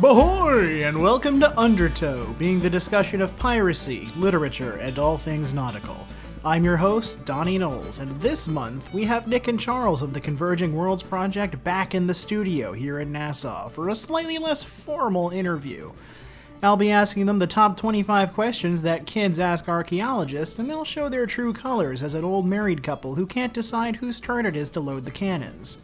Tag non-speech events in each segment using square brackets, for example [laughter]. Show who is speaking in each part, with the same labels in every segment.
Speaker 1: Bahoy, and welcome to Undertow, being the discussion of piracy, literature, and all things nautical. I'm your host, Donnie Knowles, and this month we have Nick and Charles of the Converging Worlds Project back in the studio here in Nassau for a slightly less formal interview. I'll be asking them the top 25 questions that kids ask archaeologists, and they'll show their true colors as an old married couple who can't decide whose turn it is to load the cannons.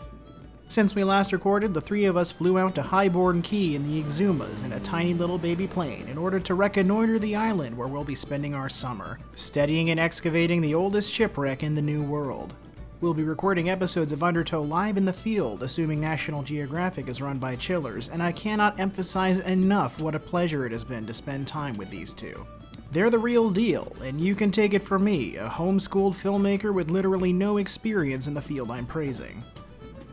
Speaker 1: Since we last recorded, the three of us flew out to Highborn Key in the Exumas in a tiny little baby plane in order to reconnoiter the island where we'll be spending our summer, studying and excavating the oldest shipwreck in the New World. We'll be recording episodes of Undertow live in the field, assuming National Geographic is run by Chillers, and I cannot emphasize enough what a pleasure it has been to spend time with these two. They're the real deal, and you can take it from me, a homeschooled filmmaker with literally no experience in the field I'm praising.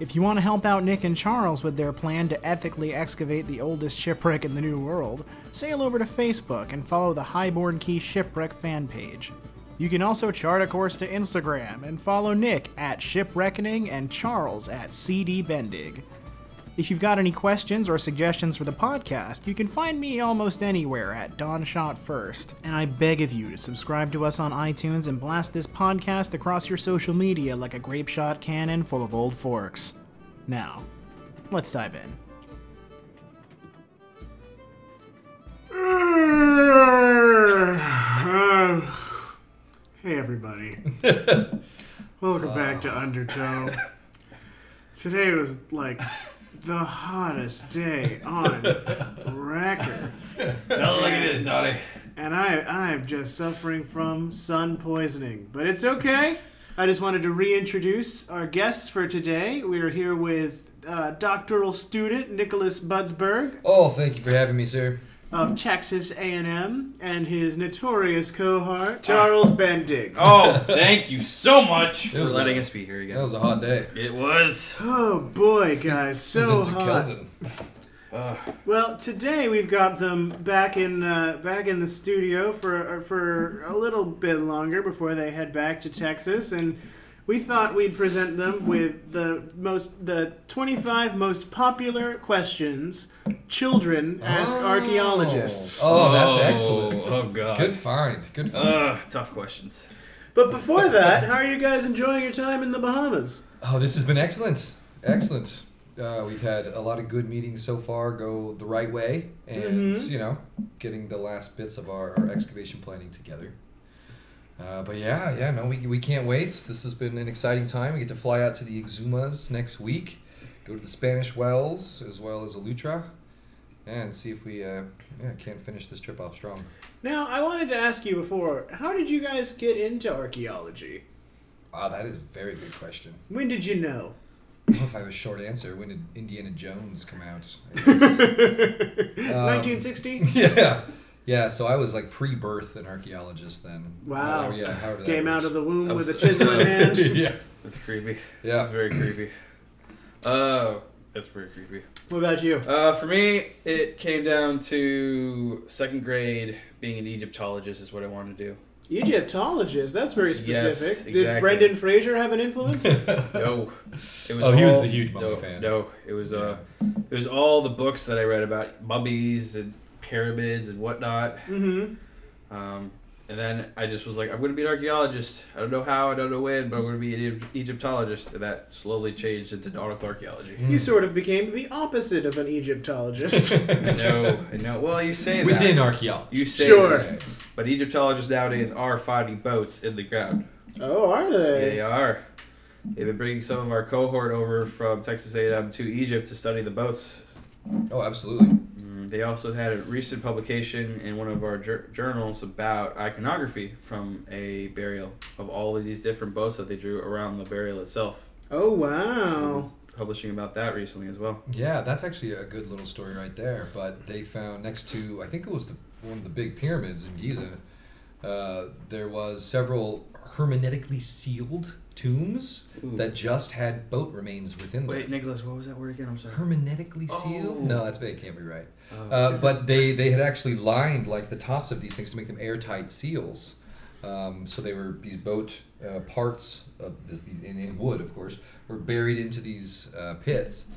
Speaker 1: If you want to help out Nick and Charles with their plan to ethically excavate the oldest shipwreck in the New World, sail over to Facebook and follow the Highborn Key Shipwreck fan page. You can also chart a course to Instagram and follow Nick at Shipreckoning and Charles at CD Bendig. If you've got any questions or suggestions for the podcast, you can find me almost anywhere at Don Shot First. And I beg of you to subscribe to us on iTunes and blast this podcast across your social media like a grape shot cannon full of old forks. Now, let's dive in.
Speaker 2: [sighs] Hey, everybody. Welcome back to Undertow. Today was like the hottest day on record,
Speaker 3: Tell it like it is, Dottie.
Speaker 2: and I, I'm just suffering from sun poisoning, but it's okay. I just wanted to reintroduce our guests for today. We are here with uh, doctoral student Nicholas Budsberg
Speaker 4: Oh, thank you for having me, sir.
Speaker 2: of Texas A&M and his notorious cohort Charles Bendig.
Speaker 3: Oh, thank you so much for
Speaker 4: It was
Speaker 3: letting
Speaker 4: a-
Speaker 3: us be here again.
Speaker 4: That was a hot day.
Speaker 3: it was.
Speaker 2: Oh boy, guys,
Speaker 4: I
Speaker 2: so
Speaker 4: was in
Speaker 2: hot.
Speaker 4: Kelvin. Oh,
Speaker 2: Well, today we've got them back in uh, back in the studio for uh, for a little bit longer before they head back to Texas, and we thought we'd present them with the most the twenty five most popular questions children ask archaeologists.
Speaker 4: Oh, that's excellent.
Speaker 3: Oh, God.
Speaker 4: Good find. Good find.
Speaker 3: Ugh, tough questions.
Speaker 2: But before that, how are you guys enjoying your time in the Bahamas?
Speaker 4: oh, this has been excellent. Excellent. Uh, we've had a lot of good meetings so far go the right way, and, you know, getting the last bits of our, our excavation planning together. Uh, but yeah, yeah, no, we, we can't wait. This has been an exciting time. We get to fly out to the Exumas next week, go to the Spanish Wells as well as Elutra, and see if we uh, yeah, can't finish this trip off strong.
Speaker 2: Now, I wanted to ask you before, how did you guys get into archaeology?
Speaker 4: Wow, Ah, that is a very good question.
Speaker 2: When did you know?
Speaker 4: I don't know if I have a short answer. When did Indiana Jones come out?
Speaker 3: [laughs]
Speaker 4: I guess.
Speaker 2: 1960?
Speaker 4: yeah. Yeah, so I was like pre birth an archaeologist then.
Speaker 2: Wow.
Speaker 4: Or, yeah, however that
Speaker 2: Came out of the womb
Speaker 3: That
Speaker 2: with a
Speaker 3: was-
Speaker 2: chisel
Speaker 3: [laughs]
Speaker 2: in hand.
Speaker 4: yeah.
Speaker 3: That's creepy.
Speaker 4: Yeah.
Speaker 3: That's very creepy. Oh, that's very creepy.
Speaker 2: What about you?
Speaker 3: Uh, for me, it came down to second grade being an Egyptologist is what I wanted
Speaker 4: [laughs]
Speaker 3: to do.
Speaker 2: Egyptologist. That's very
Speaker 3: Yes,
Speaker 2: specific. Did
Speaker 3: exactly.
Speaker 2: Brendan Fraser have an
Speaker 3: [laughs]
Speaker 2: influence?
Speaker 3: No, it was
Speaker 4: Oh, he was
Speaker 3: all-
Speaker 4: the huge Mummy
Speaker 3: no,
Speaker 4: fan.
Speaker 3: No, it was uh, it was all the books that I read about mummies and pyramids and whatnot.
Speaker 2: mm-hmm.
Speaker 3: Um, and then I just was like, I'm going to be an archaeologist. I don't know how, I don't know when, but I'm going to be an Egypt- Egyptologist. And that slowly changed into nautical archaeology.
Speaker 2: You sort of became the opposite of an
Speaker 3: [laughs]
Speaker 2: Egyptologist.
Speaker 4: [laughs]
Speaker 3: I know, I know. Well, you say
Speaker 4: Within
Speaker 3: that.
Speaker 4: archaeology.
Speaker 3: You say
Speaker 2: Sure.
Speaker 3: that. But Egyptologists nowadays are finding boats in the ground.
Speaker 2: oh, are they?
Speaker 3: They are. They've been bringing some of our cohort over from Texas A&M to Egypt to study the boats.
Speaker 4: Oh, absolutely.
Speaker 3: Mm, They also had a recent publication in one of our jour- journals about iconography from a burial of all of these different boats that they drew around the burial itself.
Speaker 2: Oh,
Speaker 3: Someone
Speaker 2: wow.
Speaker 3: was Publishing about that recently as well.
Speaker 4: Yeah, that's actually a good little story right there. But they found next to, I think it was the, one of the big pyramids in Giza, uh, there was several hermetically sealed tombs
Speaker 3: Ooh.
Speaker 4: that just had boat remains within them.
Speaker 3: Wait, Nicholas, what was that word again? I'm sorry.
Speaker 4: hermetically sealed?
Speaker 3: Oh.
Speaker 4: No, that's it can't be right.
Speaker 3: Oh.
Speaker 4: Uh, but they they had actually lined like the tops of these things to make them airtight seals. Um, so they were these boat uh, parts of this these, in, in wood, of course, were buried into these uh, pits,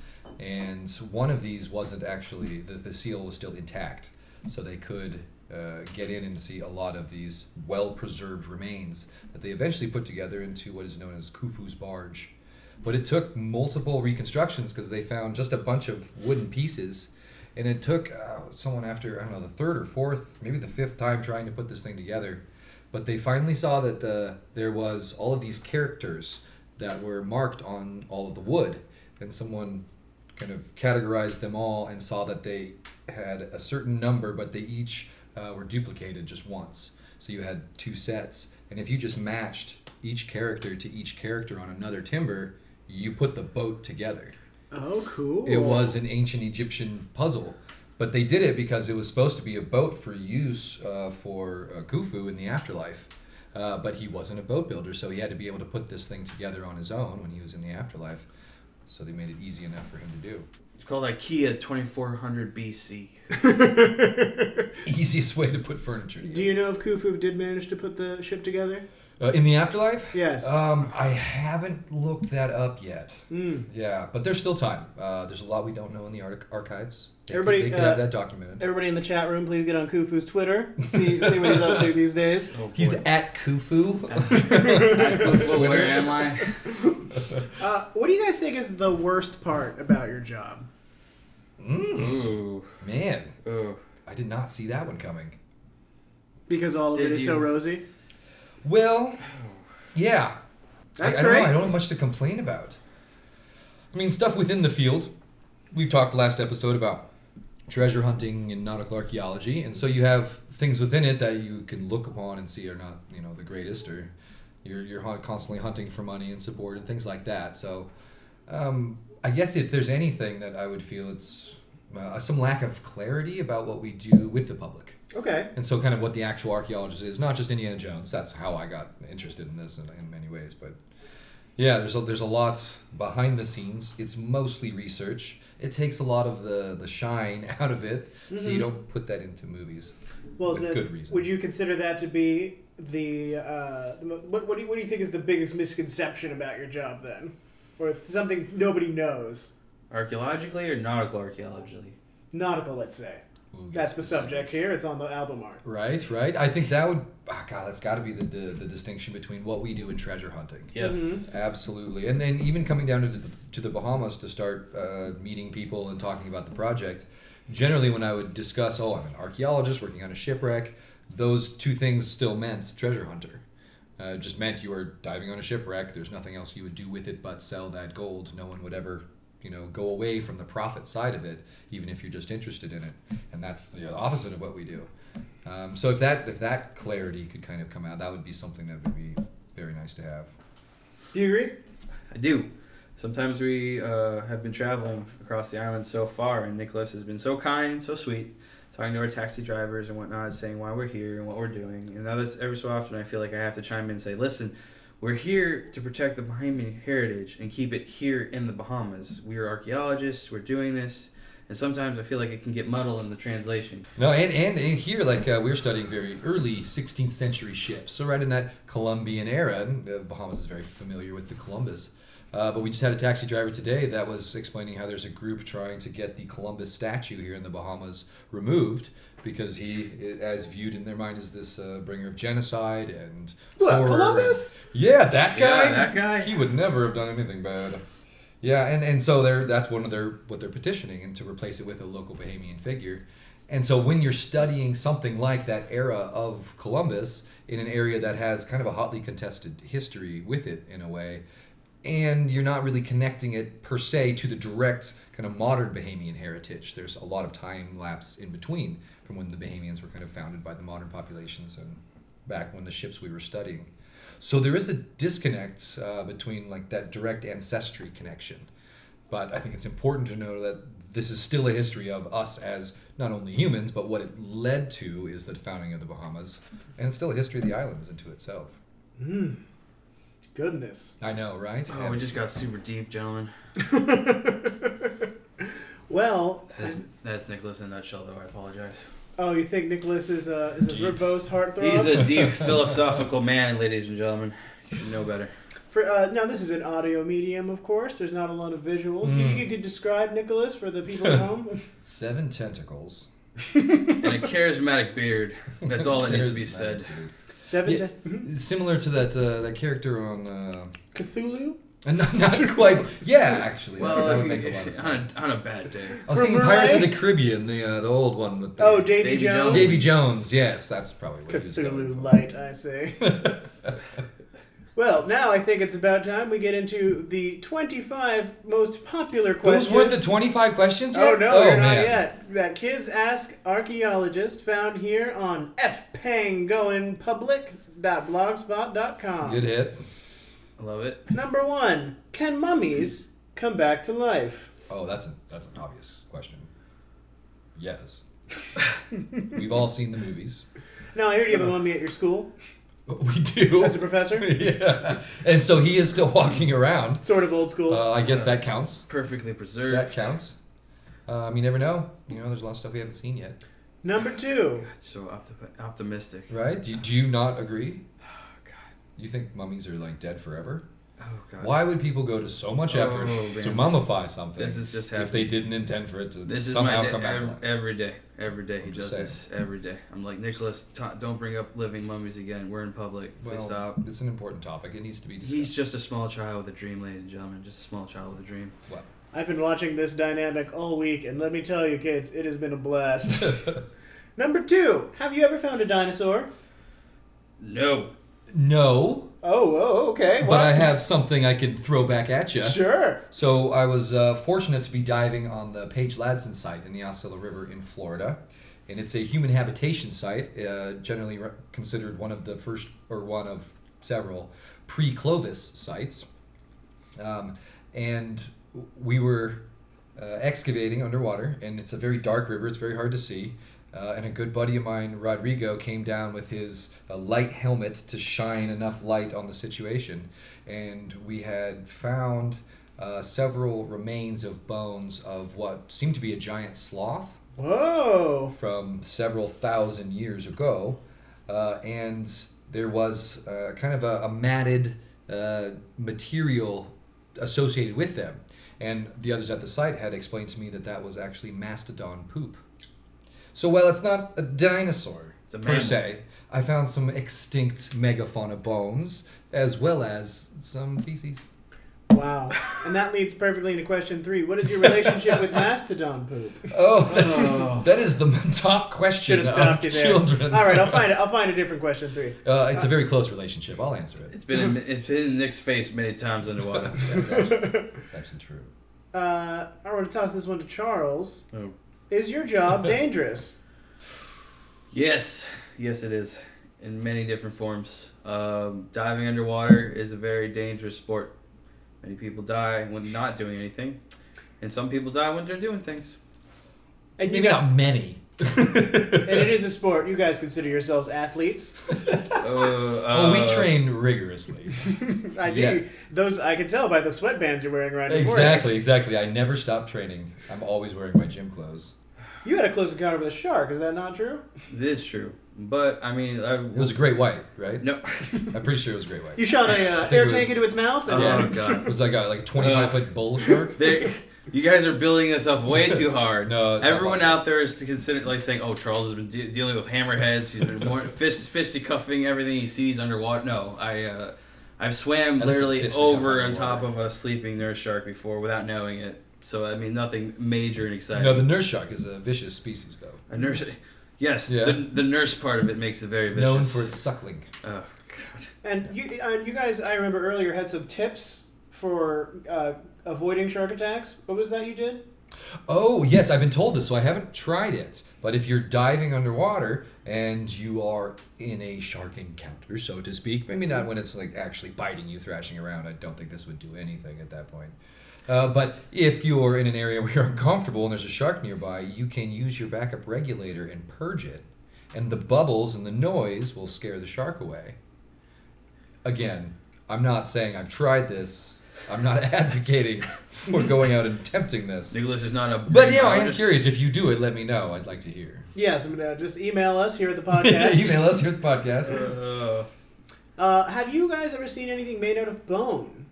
Speaker 4: and one of these wasn't actually the, the seal was still intact, so they could uh, get in and see a lot of these well-preserved remains that they eventually put together into what is known as Khufu's barge. But it took multiple reconstructions because they found just a bunch of wooden pieces, and it took uh, someone after I don't know the third or fourth, maybe the fifth time trying to put this thing together. But they finally saw that uh, there was all of these characters that were marked on all of the wood, and someone kind of categorized them all and saw that they had a certain number, but they each uh, were duplicated just once. So you had two sets, and if you just matched each character to each character on another timber, you put the boat together.
Speaker 2: Oh, cool.
Speaker 4: It was an ancient Egyptian puzzle, but they did it because it was supposed to be a boat for use uh, for uh, Khufu in the afterlife. Uh, but he wasn't a boat builder, so he had to be able to put this thing together on his own when he was in the afterlife. So they made it easy enough for him to do.
Speaker 3: It's called IKEA 2400 BC.
Speaker 4: Easiest way to put furniture together.
Speaker 2: Do you know if Khufu did manage to put the ship together?
Speaker 4: Uh, in the afterlife?
Speaker 2: Yes.
Speaker 4: Um, I haven't looked that up yet.
Speaker 2: Mm.
Speaker 4: Yeah, but there's still time. Uh, there's a lot we don't know in the arch- archives. They
Speaker 2: Everybody,
Speaker 4: could, they could
Speaker 2: uh,
Speaker 4: have that documented.
Speaker 2: Everybody in the chat room, please get on Khufu's Twitter. See, see what he's up to these
Speaker 3: [laughs]
Speaker 2: days.
Speaker 3: Oh,
Speaker 4: He's
Speaker 3: boy. [laughs]
Speaker 4: at Khufu.
Speaker 3: I put foot, where am I?
Speaker 2: Uh, what do you guys think is the worst part about your job?
Speaker 4: [laughs] Mm,
Speaker 3: Ooh.
Speaker 4: man,
Speaker 3: Ooh.
Speaker 4: I did not see that one coming.
Speaker 2: Because all of
Speaker 3: Did
Speaker 2: it is
Speaker 3: you-
Speaker 2: so rosy.
Speaker 4: Well, yeah.
Speaker 2: That's
Speaker 4: I, I don't know,
Speaker 2: great.
Speaker 4: I don't have much to complain about. I mean, stuff within the field. We talked last episode about treasure hunting and nautical archaeology, and so you have things within it that you can look upon and see are not, you know, the greatest, or you're you're hun- constantly hunting for money and support and things like that. So, um, I guess if there's anything that I would feel it's uh, some lack of clarity about what we do with the public
Speaker 2: Okay.
Speaker 4: and so kind of what the actual archaeologist is not just indiana jones that's how i got interested in this in, in many ways but yeah there's a, there's a lot behind the scenes it's mostly research it takes a lot of the the shine [laughs] out of it so you don't put that into movies
Speaker 2: Well, is
Speaker 4: with
Speaker 2: that,
Speaker 4: good reason.
Speaker 2: would you consider that to be the, uh, the mo- what, what, do you, what do you think is the biggest misconception about your job then? Or something nobody knows?
Speaker 3: Archaeologically or nautical archaeologically?
Speaker 2: Nautical, let's say.
Speaker 4: We'll get
Speaker 2: That's the
Speaker 4: specific.
Speaker 2: subject here. It's on the album art.
Speaker 4: right right i think that would ah god that's got to be the, the the distinction between what we do in treasure hunting
Speaker 3: Yes.
Speaker 4: Absolutely, and then even coming down to the, to the Bahamas to start uh, meeting people and talking about the project. Generally, when I would discuss, oh, I'm an archaeologist working on a shipwreck, those two things still meant treasure hunter. Uh, it just meant you were diving on a shipwreck. There's nothing else you would do with it but sell that gold. No one would ever, you know, go away from the profit side of it, even if you're just interested in it. And that's the opposite of what we do. Um, so if that if that clarity could kind of come out, that would be something that would be very nice to have.
Speaker 2: Do you agree?
Speaker 3: I do. Sometimes we uh, have been traveling across the island so far, and Nicholas has been so kind, so sweet, talking to our taxi drivers and whatnot, saying why we're here and what we're doing. And others, every so often, I feel like I have to chime in and say, listen, we're here to protect the Bahamian heritage and keep it here in the Bahamas. We are archaeologists, we're doing this. And sometimes I feel like it can get muddled in the translation.
Speaker 4: No, and, and, and here, like, uh, we were studying very early 16th century ships. So, right in that Columbian era, and, uh, Bahamas is very familiar with the Columbus. Uh, but we just had a taxi driver today that was explaining how there's a group trying to get the Columbus statue here in the Bahamas removed because he, i- as viewed in their mind, is this uh, bringer of genocide and.
Speaker 2: What,
Speaker 4: horror and-
Speaker 2: Columbus?
Speaker 4: yeah, that guy.
Speaker 3: Yeah, that guy.
Speaker 4: He would never have done anything bad. Yeah, and, and so they're that's one of their what they're petitioning and to replace it with a local Bahamian figure. And so when you're studying something like that era of Columbus in an area that has kind of a hotly contested history with it in a way, and you're not really connecting it per se to the direct kind of modern Bahamian heritage. There's a lot of time lapse in between from when the Bahamians were kind of founded by the modern populations and back when the ships we were studying. So there is a disconnect uh, between like that direct ancestry connection, but I think it's important to know that this is still a history of us as not only humans, but what it led to is the founding of the Bahamas, and it's still a history of the islands into itself.
Speaker 2: Hmm. Goodness. [laughs]
Speaker 4: I know, right?
Speaker 3: Oh, we just got super deep, gentlemen.
Speaker 2: Well,
Speaker 3: That is, that's Nicholas in a nutshell, though. I apologize.
Speaker 2: oh, you think Nicholas is a, is a
Speaker 4: Deep.
Speaker 2: verbose heartthrob?
Speaker 3: He's a deep philosophical man, ladies and gentlemen. You should know better.
Speaker 2: For uh, now, this is an audio medium, of course. There's not a lot of visuals. Do you think you could describe Nicholas for the people at home?
Speaker 4: Seven tentacles.
Speaker 3: and a charismatic beard. That's all that needs to be
Speaker 4: Charismatic
Speaker 3: said.
Speaker 4: dude.
Speaker 2: Seven
Speaker 4: Yeah.
Speaker 2: te- Mhm.
Speaker 4: Similar to that uh, that character on. Uh, [laughs]
Speaker 2: Cthulhu.
Speaker 4: not, not quite. Yeah, actually. that-
Speaker 3: Well,
Speaker 4: that
Speaker 3: if
Speaker 4: would make
Speaker 3: you,
Speaker 4: a lot
Speaker 3: [laughs]
Speaker 4: of
Speaker 3: on,
Speaker 4: sense.
Speaker 3: a, on a bad day.
Speaker 4: I was
Speaker 2: From
Speaker 4: thinking Pirates of
Speaker 2: Relay?
Speaker 4: the Caribbean, the uh, the old one with the
Speaker 2: Oh, Davy,
Speaker 3: Davy
Speaker 2: Jones.
Speaker 3: Jones.
Speaker 4: Davy Jones. Yes, that's probably what he was going for.
Speaker 2: Cthulhu light, I say. [laughs] well, now I think it's about time we get into the 25 most popular questions.
Speaker 4: Those weren't the 25 questions yet?
Speaker 2: Oh no, they're not
Speaker 4: man.
Speaker 2: yet. That kids ask archaeologist found here on fpangoinpublic.blogspot.com.
Speaker 4: Good hit.
Speaker 3: I love it.
Speaker 2: Number one, can mummies come back to life?
Speaker 4: Oh, that's, a, that's an obvious question.
Speaker 2: [laughs]
Speaker 4: Yes. We've all seen the movies.
Speaker 2: Now I heard you have a
Speaker 4: Uh,
Speaker 2: mummy at your school [laughs]
Speaker 4: We do.
Speaker 2: as a professor.
Speaker 4: [laughs] yeah. And so he is still walking around.
Speaker 2: Sort of old school.
Speaker 4: Uh, I guess that counts.
Speaker 3: Perfectly preserved.
Speaker 4: That counts. Um, you never know. You know, there's a lot of stuff we haven't seen yet.
Speaker 2: Number two,
Speaker 3: So opti- optimistic.
Speaker 4: Right? Do, do you
Speaker 2: [sighs]
Speaker 4: not agree?
Speaker 3: Oh, God.
Speaker 4: You think mummies are like dead forever?
Speaker 3: Oh, God.
Speaker 4: Why would people go to so much
Speaker 3: Oh,
Speaker 4: effort
Speaker 3: man.
Speaker 4: to mummify something
Speaker 3: This is just happening.
Speaker 4: if they didn't intend for it to
Speaker 3: This is
Speaker 4: somehow
Speaker 3: my day,
Speaker 4: come back to
Speaker 3: ev-
Speaker 4: life?
Speaker 3: every day. Every day he
Speaker 4: I'm
Speaker 3: does
Speaker 4: just
Speaker 3: this. Every day. I'm like Nicholas, t- don't bring up living mummies again. We're in public.
Speaker 4: Well,
Speaker 3: Please stop.
Speaker 4: It's an important topic. It needs to be discussed.
Speaker 3: He's just a small child with a dream, ladies and gentlemen. Just a small child with a dream.
Speaker 4: What?
Speaker 2: I've been watching this dynamic all week, and let me tell you, kids, it has been a blast. [laughs] Number two, have you ever found a dinosaur?
Speaker 3: No.
Speaker 4: [laughs] No,
Speaker 2: Oh, oh, okay.
Speaker 4: but
Speaker 2: what?
Speaker 4: I have something I can throw back at you.
Speaker 2: Sure.
Speaker 4: So I was uh, fortunate to be diving on the Page Ladson site in the Osceola River in Florida, and it's a human habitation site, uh, generally re- considered one of the first or one of several pre-Clovis sites. Um, and we were uh, excavating underwater, and it's a very dark river. It's very hard to see. Uh, and a good buddy of mine, Rodrigo, came down with his uh, light helmet to shine enough light on the situation. And we had found uh, several remains of bones of what seemed to be a giant sloth
Speaker 2: Whoa.
Speaker 4: from several thousand years ago, uh, and there was uh, kind of a, a matted uh, material associated with them. And the others at the site had explained to me that that was actually mastodon poop. So while it's not a dinosaur
Speaker 3: It's a
Speaker 4: per
Speaker 3: mammal.
Speaker 4: se, I found some extinct megafauna bones as well as
Speaker 2: [laughs]
Speaker 4: some feces.
Speaker 2: Wow. And that leads perfectly into question three. What is your relationship [laughs] with mastodon poop?
Speaker 4: Oh, that's,
Speaker 3: Oh.
Speaker 4: that is the [laughs] top question
Speaker 2: Should have stopped
Speaker 4: of
Speaker 2: you there.
Speaker 4: children.
Speaker 2: All right, I'll
Speaker 4: [laughs]
Speaker 2: find it. I'll find a different question [laughs] three.
Speaker 4: Uh, it's a very close relationship. I'll answer it.
Speaker 3: It's been in, it's been in Nick's face many times
Speaker 4: [laughs]
Speaker 3: underwater.
Speaker 4: It's actually, it's actually true.
Speaker 2: Uh, I want to toss this one to Charles.
Speaker 3: Oh.
Speaker 2: Is your [laughs] job dangerous?
Speaker 3: Yes, yes, it is in many different forms. Um, diving underwater is a very dangerous sport. Many people die when not doing anything, and some people die when they're doing
Speaker 4: [laughs]
Speaker 3: things.
Speaker 2: And you
Speaker 4: Maybe
Speaker 2: got,
Speaker 4: not [laughs] many.
Speaker 2: and it is a sport. You guys consider yourselves athletes.
Speaker 3: Uh,
Speaker 4: oh, we
Speaker 3: uh,
Speaker 4: train rigorously.
Speaker 2: [laughs] I do.
Speaker 4: Yes.
Speaker 2: Those I can tell by the sweatbands you're wearing around your
Speaker 4: exactly,
Speaker 2: foreheads.
Speaker 4: exactly. I never stop training. I'm always wearing my gym clothes.
Speaker 2: You had a close encounter with a shark. Is that not true?
Speaker 3: This is true, but I mean, I
Speaker 4: It was a great white, right?
Speaker 3: No,
Speaker 4: I'm pretty sure it was a great white.
Speaker 2: You
Speaker 4: [laughs]
Speaker 2: shot a uh,
Speaker 4: think
Speaker 2: air
Speaker 4: it
Speaker 2: tank
Speaker 4: was- Oh,
Speaker 2: into its mouth. And
Speaker 3: Yeah.
Speaker 4: Yeah.
Speaker 3: Oh, God.
Speaker 4: It was like a like
Speaker 3: Uh,
Speaker 4: 25 foot bull shark.
Speaker 3: They- you guys are building this up way too hard.
Speaker 4: No, it's not
Speaker 3: everyone
Speaker 4: possible.
Speaker 3: out there is to consider like saying, "Oh, Charles has been de- dealing with hammerheads. He's been more [laughs] fist fisticuffing everything he sees underwater." No, I uh, I've swam
Speaker 4: I like the
Speaker 3: literally
Speaker 4: fisticuff
Speaker 3: over on
Speaker 4: underwater.
Speaker 3: top of a sleeping nurse shark before without knowing it. So I mean, nothing major and exciting.
Speaker 4: No, the nurse shark is a vicious species, though.
Speaker 3: a nurse. Yes,
Speaker 4: Yeah.
Speaker 3: the, the nurse part of it makes it very
Speaker 4: It's
Speaker 3: vicious.
Speaker 4: known for its suckling.
Speaker 3: Oh,
Speaker 2: [laughs] And you, uh, you guys, I remember earlier had some tips for uh, avoiding shark attacks. What was that you did?
Speaker 4: Oh, yes, I've been told this, so I haven't tried it. But if you're diving underwater and you are in a shark encounter, so to speak, maybe not when it's like actually biting you, thrashing around, I don't think this would do anything at that point. Uh, but if you're in an area [laughs] where you're uncomfortable and there's a shark nearby, you can use your backup regulator and purge it. And the bubbles and the noise will scare the shark away. Again, I'm not saying I've tried this. I'm not [laughs] advocating for going out and attempting this.
Speaker 3: Nicholas is not a.
Speaker 4: But yeah, I am
Speaker 3: just-
Speaker 4: curious. If you do it, let me know. I'd like to hear.
Speaker 2: uh,
Speaker 4: [laughs]
Speaker 2: Yes, I'm gonna just email us here at the podcast.
Speaker 4: Email us here at the podcast.
Speaker 3: Uh,
Speaker 2: Uh, have you guys ever seen anything made out of bone?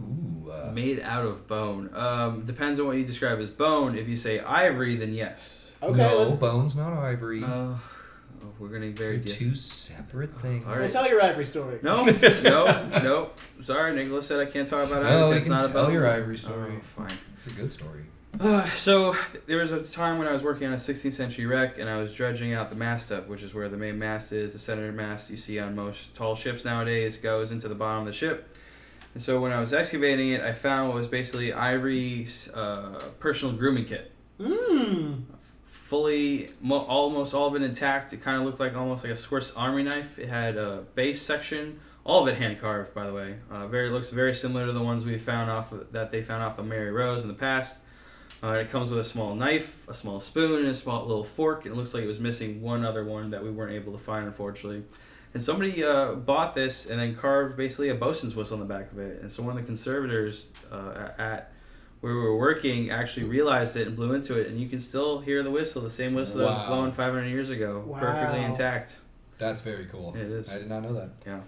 Speaker 4: Ooh, uh,
Speaker 3: Made out of bone. Um, depends on what you describe as bone. If you say ivory, then yes.
Speaker 2: Okay,
Speaker 4: no,
Speaker 2: let's.
Speaker 4: bones, not ivory.
Speaker 3: Uh, oh, we're gonna get very
Speaker 4: They're
Speaker 3: deep.
Speaker 4: two separate things.
Speaker 3: All
Speaker 2: Well,
Speaker 3: right.
Speaker 2: tell your ivory story.
Speaker 3: No,
Speaker 4: [laughs]
Speaker 3: no, no. Sorry, Nicholas said I can't talk about
Speaker 4: No,
Speaker 3: ivory.
Speaker 4: you
Speaker 3: It's
Speaker 4: can
Speaker 3: not
Speaker 4: tell
Speaker 3: about
Speaker 4: your ivory story.
Speaker 3: Oh, fine.
Speaker 4: It's a good story.
Speaker 3: Uh, so there was a time when I was working on a 16th century wreck, and I was dredging out the mast up, which is where the main mast is. The center mast you see on most tall ships nowadays goes into the bottom of the ship. And so when I was excavating it, I found what was basically Ivory's uh, personal grooming kit,
Speaker 2: Mmm.
Speaker 3: fully, mo- almost all of it intact. It kind of looked like almost like a Swiss Army knife. It had a base section, all of it hand carved, by the way. Uh, very looks very similar to the ones we found off of, that they found off the Mary Rose in the past. Uh, it comes with a small knife, a small spoon, and a small little fork. And it looks like it was missing one other one that we weren't able to find, unfortunately. And somebody uh, bought this and then carved basically a bosun's whistle on the back of it. And so one of the conservators uh, at where we were working actually realized it and blew into it. And you can still hear the whistle, the same whistle that was
Speaker 4: Wow.
Speaker 3: blown 500 years ago, perfectly
Speaker 2: Wow.
Speaker 3: intact.
Speaker 4: That's very cool.
Speaker 3: It is.
Speaker 4: I did not know that.
Speaker 3: Yeah.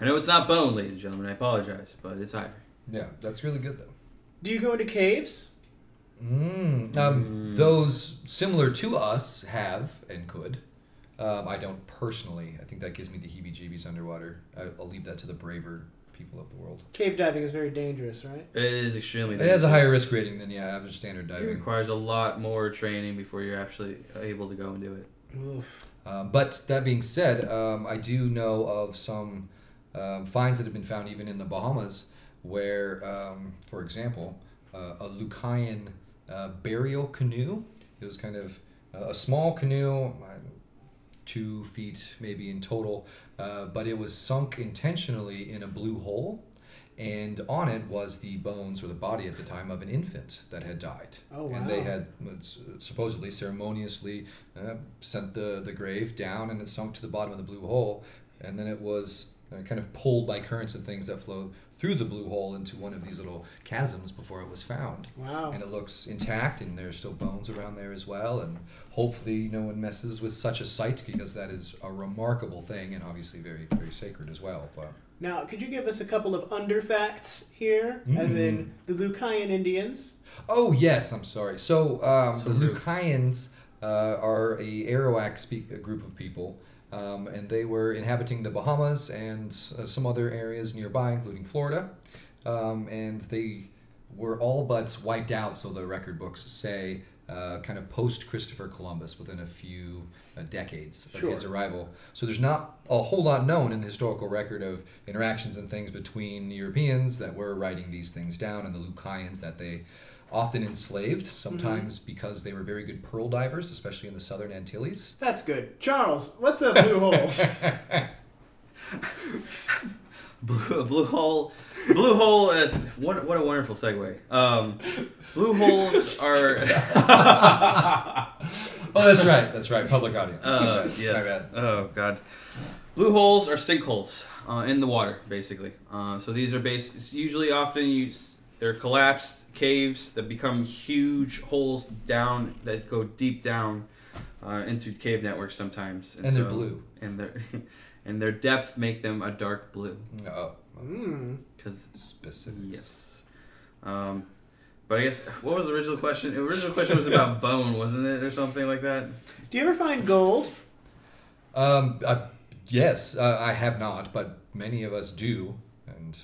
Speaker 3: I know it's not bone, ladies and gentlemen. I apologize, but it's ivory.
Speaker 4: Yeah, that's really good though.
Speaker 2: Do you go into caves?
Speaker 4: Mm, um, Those similar to us have and could. Um, I don't personally. I think that gives me the heebie-jeebies underwater. I, I'll leave that to the braver people of the world.
Speaker 2: Cave diving is very dangerous, right?
Speaker 3: It is extremely.
Speaker 4: It has a
Speaker 3: dangerous.
Speaker 4: higher risk rating than yeah, average standard
Speaker 3: It
Speaker 4: diving.
Speaker 3: requires a lot more training before you're actually able to go and do it.
Speaker 2: Oof.
Speaker 4: Um, but that being said, um, I do know of some um, finds that have been found even in the Bahamas, where, um, for example, uh, a Lucayan uh, burial canoe. It was kind of uh, a small canoe, uh, two feet maybe in total, uh, but it was sunk intentionally in a blue hole. And on it was the bones or the body at the time of an infant that had died.
Speaker 2: Oh,
Speaker 4: And they
Speaker 2: wow.
Speaker 4: had uh, s- supposedly ceremoniously uh, sent the, the grave down and it sunk to the bottom of the blue hole. And then it was uh, kind of pulled by currents and things that flowed through the blue hole into one of these little chasms before it was found.
Speaker 2: Wow.
Speaker 4: And it looks intact, and there's still bones around there as well. And hopefully, no one messes with such a site because that is a remarkable thing and obviously very, very sacred as well. But
Speaker 2: Now, could you give us a couple of under facts here, as in the Lucayan Indians?
Speaker 4: Oh yes, I'm sorry. So, um,
Speaker 3: So
Speaker 4: the
Speaker 3: rude.
Speaker 4: Lucayans uh, are a Arawak speak a group of people, um, and they were inhabiting the Bahamas and uh, some other areas nearby, including Florida, um, and they were all but wiped out. So the record books say. Uh, kind of post Christopher Columbus, within a few uh, decades of his
Speaker 2: Sure.
Speaker 4: arrival. So there's not a whole lot known in the historical record of interactions and things between Europeans that were writing these things down and the Lucayans that they often
Speaker 3: Mm-hmm.
Speaker 4: enslaved, sometimes because they were very good pearl divers, especially in the
Speaker 3: [laughs]
Speaker 4: southern Antilles.
Speaker 2: That's good. Charles, what's a blue [laughs] hole?
Speaker 3: Blue, [laughs] blue hole, blue hole. Is, what what a wonderful segue. Um, blue holes are
Speaker 4: [laughs] Oh, that's right. That's right. Public audience.
Speaker 3: uh,
Speaker 4: [laughs] My
Speaker 3: yes.
Speaker 4: bad.
Speaker 3: Oh god, blue holes are sinkholes uh, in the water, basically. Uh, so these are based it's usually often you s- they're collapsed caves that become huge holes down that go deep down uh, into cave networks sometimes.
Speaker 4: And they're blue.
Speaker 3: And their [laughs] and their depth make them a dark blue
Speaker 4: Oh,
Speaker 2: mm.
Speaker 3: because
Speaker 4: specifics.
Speaker 3: Yes. Um, but I guess what was the original question? The original question was about [laughs] bone, wasn't it, or something like that?
Speaker 2: Do you ever find gold?
Speaker 4: Um, uh, yes, uh, I have not, but many of us do. And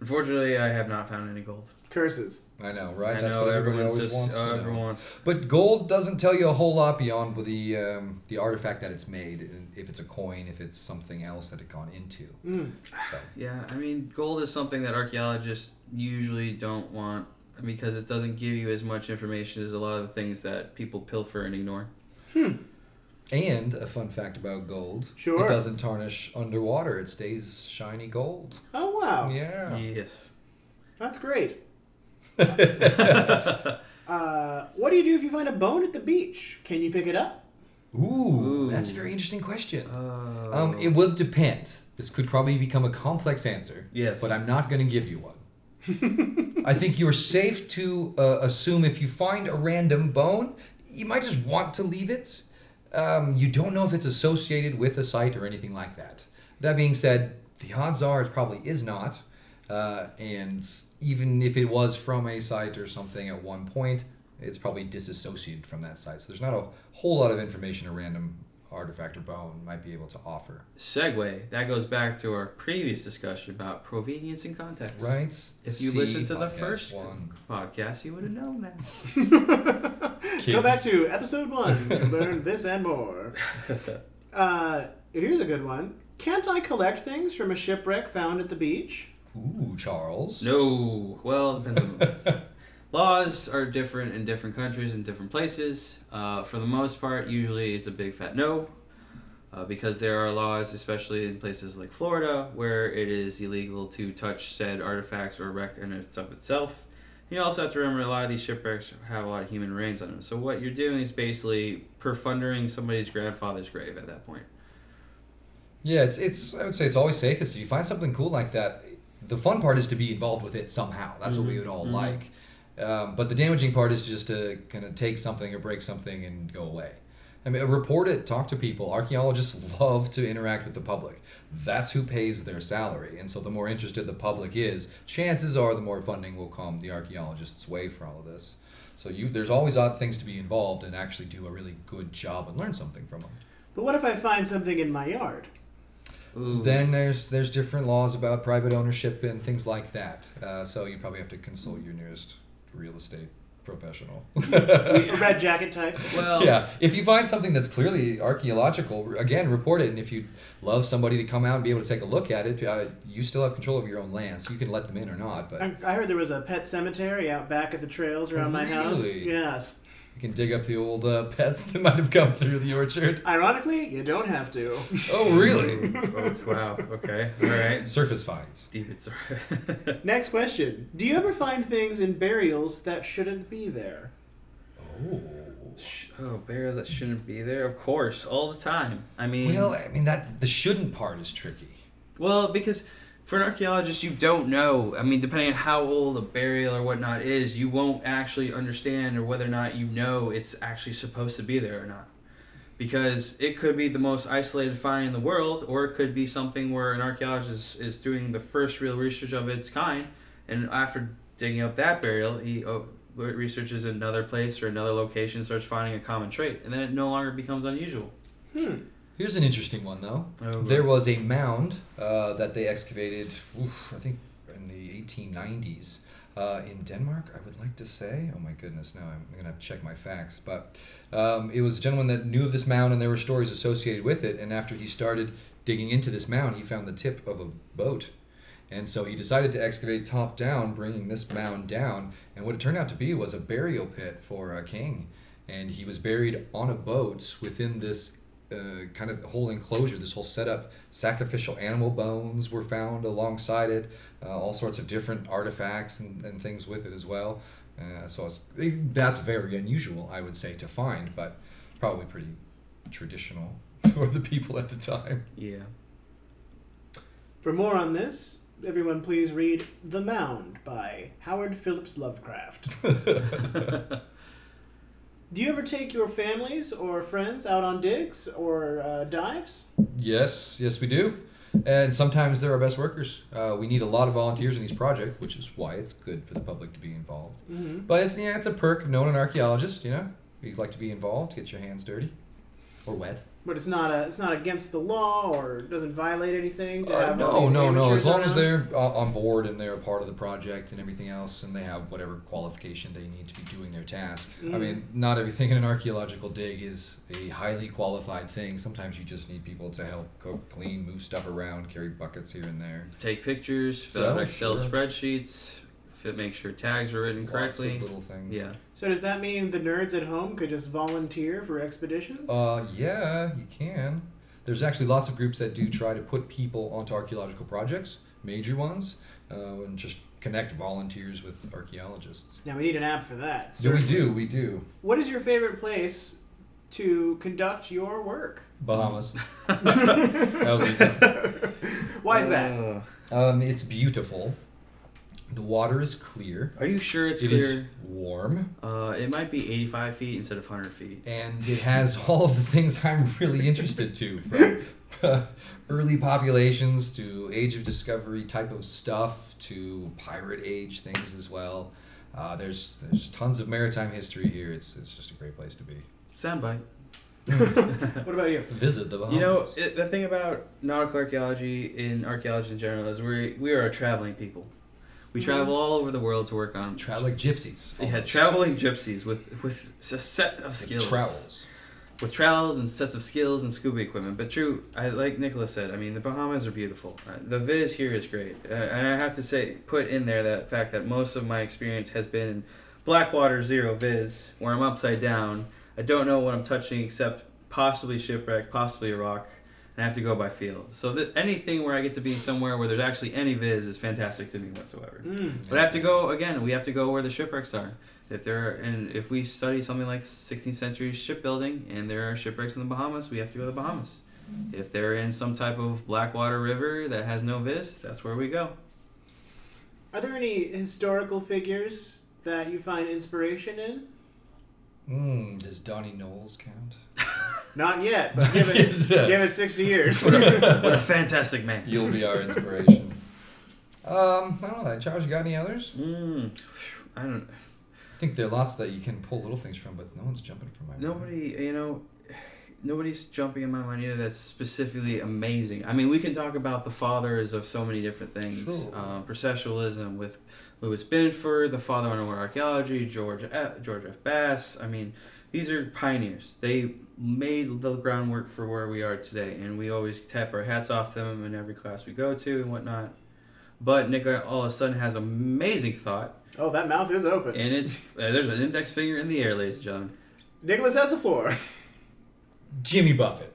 Speaker 3: Unfortunately, I have not found any gold.
Speaker 2: Curses.
Speaker 4: I know, right?
Speaker 3: I
Speaker 4: that's
Speaker 3: know
Speaker 4: what everybody
Speaker 3: everyone's
Speaker 4: always
Speaker 3: just
Speaker 4: wants to
Speaker 3: uh,
Speaker 4: know.
Speaker 3: everyone wants.
Speaker 4: But gold doesn't tell you a whole lot beyond the um, the artifact that it's made. and If it's a coin, if it's something else that it gone into.
Speaker 2: Mm.
Speaker 4: So
Speaker 3: Yeah, I mean, gold is something that archaeologists usually don't want because it doesn't give you as much information as a lot of the things that people pilfer and ignore.
Speaker 4: And a fun fact about gold:
Speaker 2: Sure.
Speaker 4: it doesn't tarnish underwater; it stays shiny gold.
Speaker 2: Oh, wow.
Speaker 4: Yeah. [laughs]
Speaker 3: Yes.
Speaker 2: That's great. uh, what do you do if you find a bone at the beach? Can you pick it up?
Speaker 4: Ooh, that's a very interesting question.
Speaker 3: Uh,
Speaker 4: um, it will depend. This could probably become a complex answer.
Speaker 3: Yes.
Speaker 4: But I'm not going to give you one. I think you're safe to uh, assume if you find a random bone, you might just want to leave it. Um, you don't know if it's associated with a site or anything like that. That being said, the odds are it probably is not. Uh, and even if it was from a site or something at one point, it's probably disassociated from that site. So there's not a whole lot of information a random artifact or bone might be able to offer.
Speaker 3: Segue. That goes back to our previous discussion about provenience and context.
Speaker 4: Right?
Speaker 3: If you
Speaker 4: See
Speaker 3: listened to the
Speaker 4: podcast
Speaker 3: first
Speaker 4: one.
Speaker 3: podcast, you would have known that.
Speaker 2: Go back to episode one. [laughs] Learn this and more. Uh, here's a good one. Can't I collect things from a shipwreck found at the beach?
Speaker 4: Ooh, Charles.
Speaker 3: No. Well, it depends on
Speaker 4: [laughs]
Speaker 3: laws are different in different countries and different places. Uh, for the most part, usually it's a big fat no, uh, because there are laws, especially in places like Florida, where it is illegal to touch said artifacts or wreck in and of itself. You also have to remember a lot of these shipwrecks have a lot of human remains on them. So what you're doing is basically perfundering somebody's grandfather's grave at that point.
Speaker 4: Yeah, it's it's. I would say it's always safest if you find something cool like that. The fun part is to be involved with it somehow. That's what we would all like. Um, but the damaging part is just to kind of take something or break something and go away. I mean, report it, talk to people. Archaeologists [laughs] love to interact with the public. That's who pays their salary. And so the more interested the public is, chances are the more funding will come the archaeologists' way for all of this. So you, there's always odd things to be involved and actually do a really good job and learn something from them.
Speaker 2: But what if I find something in my yard?
Speaker 3: Ooh.
Speaker 4: Then there's there's different laws about private ownership and things like that. Uh, so you probably have to consult your nearest real estate professional. [laughs]
Speaker 2: A red jacket type.
Speaker 3: well,
Speaker 4: yeah, if you find something that's clearly archaeological, again, report it. And if you love somebody to come out and be able to take a look at it, uh, you still have control of your own land, so you can let them in or not. But
Speaker 2: I I heard there was a pet cemetery out back at the trails around my house.
Speaker 4: Really?
Speaker 2: Yes.
Speaker 4: you can dig up the old uh, [laughs] pets that might have come through the orchard.
Speaker 2: Ironically, you don't have
Speaker 4: [laughs]
Speaker 2: to.
Speaker 4: Oh, really?
Speaker 3: [laughs] oh, wow. Okay. All right.
Speaker 4: Surface finds.
Speaker 3: Deep. It's [laughs]
Speaker 2: Next question. Do you ever find things in burials that shouldn't be there?
Speaker 4: Oh.
Speaker 3: Sh- Oh, burials that shouldn't be there. Of course, all the time. I mean,
Speaker 4: Well,
Speaker 3: well,
Speaker 4: I mean that the shouldn't part is tricky.
Speaker 3: because for an archaeologist, you don't know. I mean, depending on how old a burial or whatnot is, you won't actually understand or whether or not you know it's actually supposed to be there or not. Because it could be the most isolated find in the world, or it could be something where an archaeologist is, is doing the first real research of its kind, and after digging up that burial, he oh, researches another place or another location, starts finding a common trait, and then it no longer becomes unusual.
Speaker 2: Hmm.
Speaker 4: Here's an interesting one, though.
Speaker 3: Oh,
Speaker 4: there was a mound uh, that they excavated, oof, I think, in the 1890s uh, in Denmark, I would like to say. Oh my goodness, now I'm going to have to check my facts. But um, it was a gentleman that knew of this mound and there were stories associated with it. And after he started digging into this mound, he found the tip of a boat. And so he decided to excavate top down, bringing this mound down. And what it turned out to be was a burial pit for a king. And he was buried on a boat within this uh, kind of whole enclosure, this whole setup. Sacrificial animal bones were found alongside it, uh, all sorts of different artifacts and, and things with it as well. Uh, so it's, that's very unusual, I would say, to find, but probably pretty traditional [laughs] for the people at the time.
Speaker 3: Yeah. [laughs]
Speaker 2: For more on this, everyone please read The Mound by Howard Phillips Lovecraft.
Speaker 4: [laughs]
Speaker 2: Do you ever take your families or friends out on digs or uh, dives?
Speaker 4: Yes, yes, we do. And sometimes they're our best workers. Uh, we need a lot of volunteers in these projects, which is why it's good for the public to be involved.
Speaker 2: Mm-hmm.
Speaker 4: But it's yeah, it's a perk of knowing an archaeologist. You know, you'd like to be involved, get your hands dirty or wet.
Speaker 2: But it's not a, it's not against the law or doesn't violate anything. To
Speaker 4: Uh,
Speaker 2: have all
Speaker 4: no,
Speaker 2: these
Speaker 4: no, no.
Speaker 2: amateurs
Speaker 4: As long
Speaker 2: around?
Speaker 4: as they're uh, on board and they're a part of the project and everything else, and they have whatever qualification they need to be doing their task. I
Speaker 2: Mm.
Speaker 4: mean, not everything [laughs] in an archaeological dig is a highly qualified thing. Sometimes you just need people to help cook, clean, move stuff around, carry buckets here and there.
Speaker 3: Take pictures, fill out
Speaker 4: Oh,
Speaker 3: Excel
Speaker 4: sure.
Speaker 3: spreadsheets, fit, make sure tags are written
Speaker 4: Lots of
Speaker 3: correctly.
Speaker 4: little things.
Speaker 3: Yeah.
Speaker 2: So does that mean the nerds at home could just volunteer for expeditions?
Speaker 4: Uh, yeah, you can. There's actually lots of groups that do try to put people onto archaeological projects, major ones, uh, and just connect volunteers with archaeologists.
Speaker 2: now we need an app for that.
Speaker 4: Yeah, we
Speaker 2: certainly.
Speaker 4: do, we do.
Speaker 2: What is your favorite place to conduct your work?
Speaker 4: [laughs] Bahamas. that was easy.
Speaker 2: Why is that?
Speaker 3: Uh,
Speaker 4: Um, it's beautiful. The water is clear.
Speaker 3: Are you sure it's
Speaker 4: It is
Speaker 3: clear?
Speaker 4: warm,
Speaker 3: Uh, it might be 85 feet instead of 100 feet.
Speaker 4: and it has [laughs] all of the things I'm really interested to, from uh, early populations to age of discovery type of stuff to pirate age things as well. Uh, there's there's tons of maritime history here. It's it's just a great place to be.
Speaker 3: Soundbite.
Speaker 4: Uh,
Speaker 2: What about you?
Speaker 4: Visit the Bahamas.
Speaker 3: You know, it, the thing about nautical archaeology and archaeology in general is we we are a traveling people. We
Speaker 2: Mm-hmm.
Speaker 3: travel all over the world to work on.
Speaker 4: travel like gypsies.
Speaker 3: yeah,
Speaker 4: almost.
Speaker 3: traveling gypsies with with a set of
Speaker 4: Like
Speaker 3: skills.
Speaker 4: trowels.
Speaker 3: with trowels and sets of skills and scuba equipment. But true, I like Nicholas said. I mean, the Bahamas are beautiful. Uh, the viz here is great, uh, and I have to say, put in there that fact that most of my experience has been in Blackwater Zero Viz, where I'm upside down. I don't know what I'm touching except possibly shipwreck, possibly a rock, and I have to go by feel. So that anything where I get to be somewhere where there's actually any viz is fantastic to me whatsoever.
Speaker 2: Mm.
Speaker 3: But I have to go again. We have to go where the shipwrecks are. If there are, and if we study something like 16th century shipbuilding and there are shipwrecks in the Bahamas, we have to go to the Bahamas. If they're in some type of blackwater river that has no vis, that's where we go.
Speaker 2: Are there any historical figures that you find inspiration in?
Speaker 4: Mm, does Donnie Knowles count?
Speaker 2: Not yet, but give it,
Speaker 4: [laughs] Yes, uh,
Speaker 2: give it 60
Speaker 4: [laughs]
Speaker 2: years.
Speaker 3: What a fantastic man!
Speaker 4: You'll be our inspiration. [laughs] um, I don't know. Charles, you got any others?
Speaker 3: Mm, I don't.
Speaker 4: I think there are lots that you can pull little things from, but no one's jumping from my mind.
Speaker 3: Nobody, you know, nobody's jumping in my mind either. That's specifically amazing. I mean, we can talk about the fathers of so many different things.
Speaker 4: Sure.
Speaker 3: Um, processualism with Lewis Binford, the father on War archaeology, George F, George F. Bass. I mean, these are pioneers. They made the groundwork for where we are today, and we always tap our hats off to them in every class we go to and whatnot. But Nick all of a sudden has amazing thought,
Speaker 2: [laughs] oh, that mouth is open.
Speaker 3: and it's uh, there's an index finger in the air, ladies and gentlemen.
Speaker 2: Nicholas has the floor.
Speaker 4: Jimmy Buffett.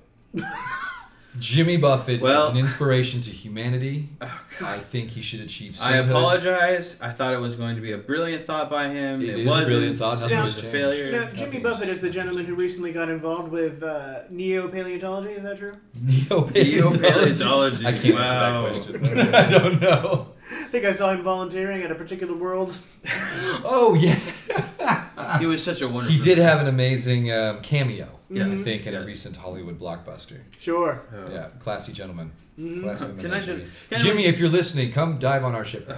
Speaker 4: Jimmy Buffett
Speaker 3: Well-
Speaker 4: is an inspiration to humanity.
Speaker 3: Oh,
Speaker 4: I think he should achieve.
Speaker 3: I
Speaker 4: sainthood.
Speaker 3: apologize. I thought it was going to be a brilliant thought by him.
Speaker 4: It
Speaker 3: It,
Speaker 4: is a
Speaker 3: wasn't.
Speaker 4: brilliant thought. Nothing
Speaker 3: it
Speaker 2: has
Speaker 3: was a
Speaker 4: changed.
Speaker 3: failure.
Speaker 2: Now, Jimmy
Speaker 4: Nothing's-
Speaker 2: Buffett is the gentleman who recently got involved with uh, neo paleontology, is that true?
Speaker 4: [laughs] Neo-paleontology.
Speaker 3: Neo-paleontology.
Speaker 4: I can't
Speaker 3: Wow.
Speaker 4: answer that question. [laughs] I don't know.
Speaker 2: I think I saw him volunteering at a particular world. [laughs]
Speaker 4: Oh
Speaker 3: [laughs]
Speaker 4: yeah,
Speaker 3: He was such a wonderful.
Speaker 4: he did have an amazing um, cameo. I
Speaker 3: Yes.
Speaker 4: think in a
Speaker 3: Yes.
Speaker 4: recent Hollywood blockbuster.
Speaker 2: Sure. Hmm.
Speaker 3: Oh. Mm-hmm.
Speaker 4: Yeah, classy gentleman. Classy
Speaker 3: Can I
Speaker 4: menagerie.
Speaker 3: ju- can I
Speaker 4: Jimmy,
Speaker 3: just- Uh,
Speaker 4: if you're listening, come dive on our ship.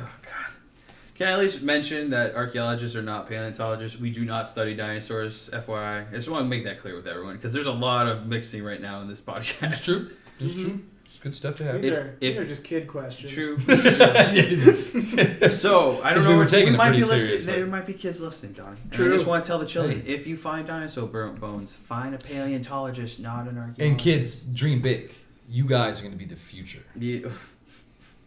Speaker 3: Can I at least mention that archaeologists are not paleontologists? We do not study dinosaurs, FYI. I just want to make that clear with everyone because there's a lot of mixing right now in this podcast.
Speaker 4: It's true. It's
Speaker 3: Mm-hmm.
Speaker 4: true. It's good stuff to have.
Speaker 2: These,
Speaker 3: If-
Speaker 2: are,
Speaker 3: if-
Speaker 2: these are just kid questions.
Speaker 4: [laughs]
Speaker 3: True.
Speaker 4: It's-
Speaker 3: So I
Speaker 4: 'Cause
Speaker 3: don't know.
Speaker 4: we were taking it
Speaker 3: might
Speaker 4: pretty
Speaker 3: be listening-
Speaker 4: seriously.
Speaker 3: There might be kids listening, Donnie. And
Speaker 2: True.
Speaker 3: I just want to tell the children: if you find dinosaur bur- bones, find a paleontologist, not an archaeologist.
Speaker 4: [laughs] and kids, dream big. You guys are going to be the future.
Speaker 3: Yeah.
Speaker 2: [laughs]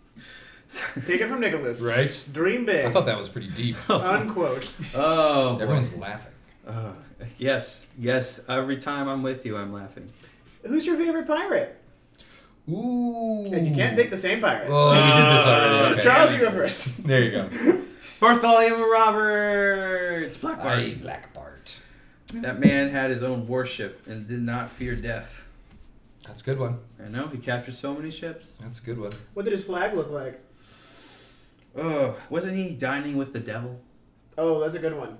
Speaker 2: Take it from Nicholas.
Speaker 4: Right? [laughs] Oh.
Speaker 2: Dream
Speaker 4: I
Speaker 2: big.
Speaker 4: thought that was pretty [laughs] deep.
Speaker 2: Unquote.
Speaker 3: [laughs] Oh, boy.
Speaker 4: Everyone's laughing.
Speaker 3: Uh, yes, yes. Every time I'm with you, I'm laughing.
Speaker 2: Who's your favorite pirate?
Speaker 4: Ooh.
Speaker 2: And you can't pick the same pirate.
Speaker 4: Oh, we did this
Speaker 3: Uh,
Speaker 4: already. Okay.
Speaker 2: Charles, you go first. [laughs]
Speaker 4: There you go.
Speaker 3: Bartholomew Roberts, Black Bart.
Speaker 4: I Black Bart.
Speaker 3: That man had his own warship and did not fear death.
Speaker 4: That's a good one.
Speaker 3: I know he captured so many ships.
Speaker 4: That's a good one.
Speaker 2: What did his flag look like?
Speaker 3: Oh, wasn't he dining with the devil?
Speaker 2: Oh, that's a good one.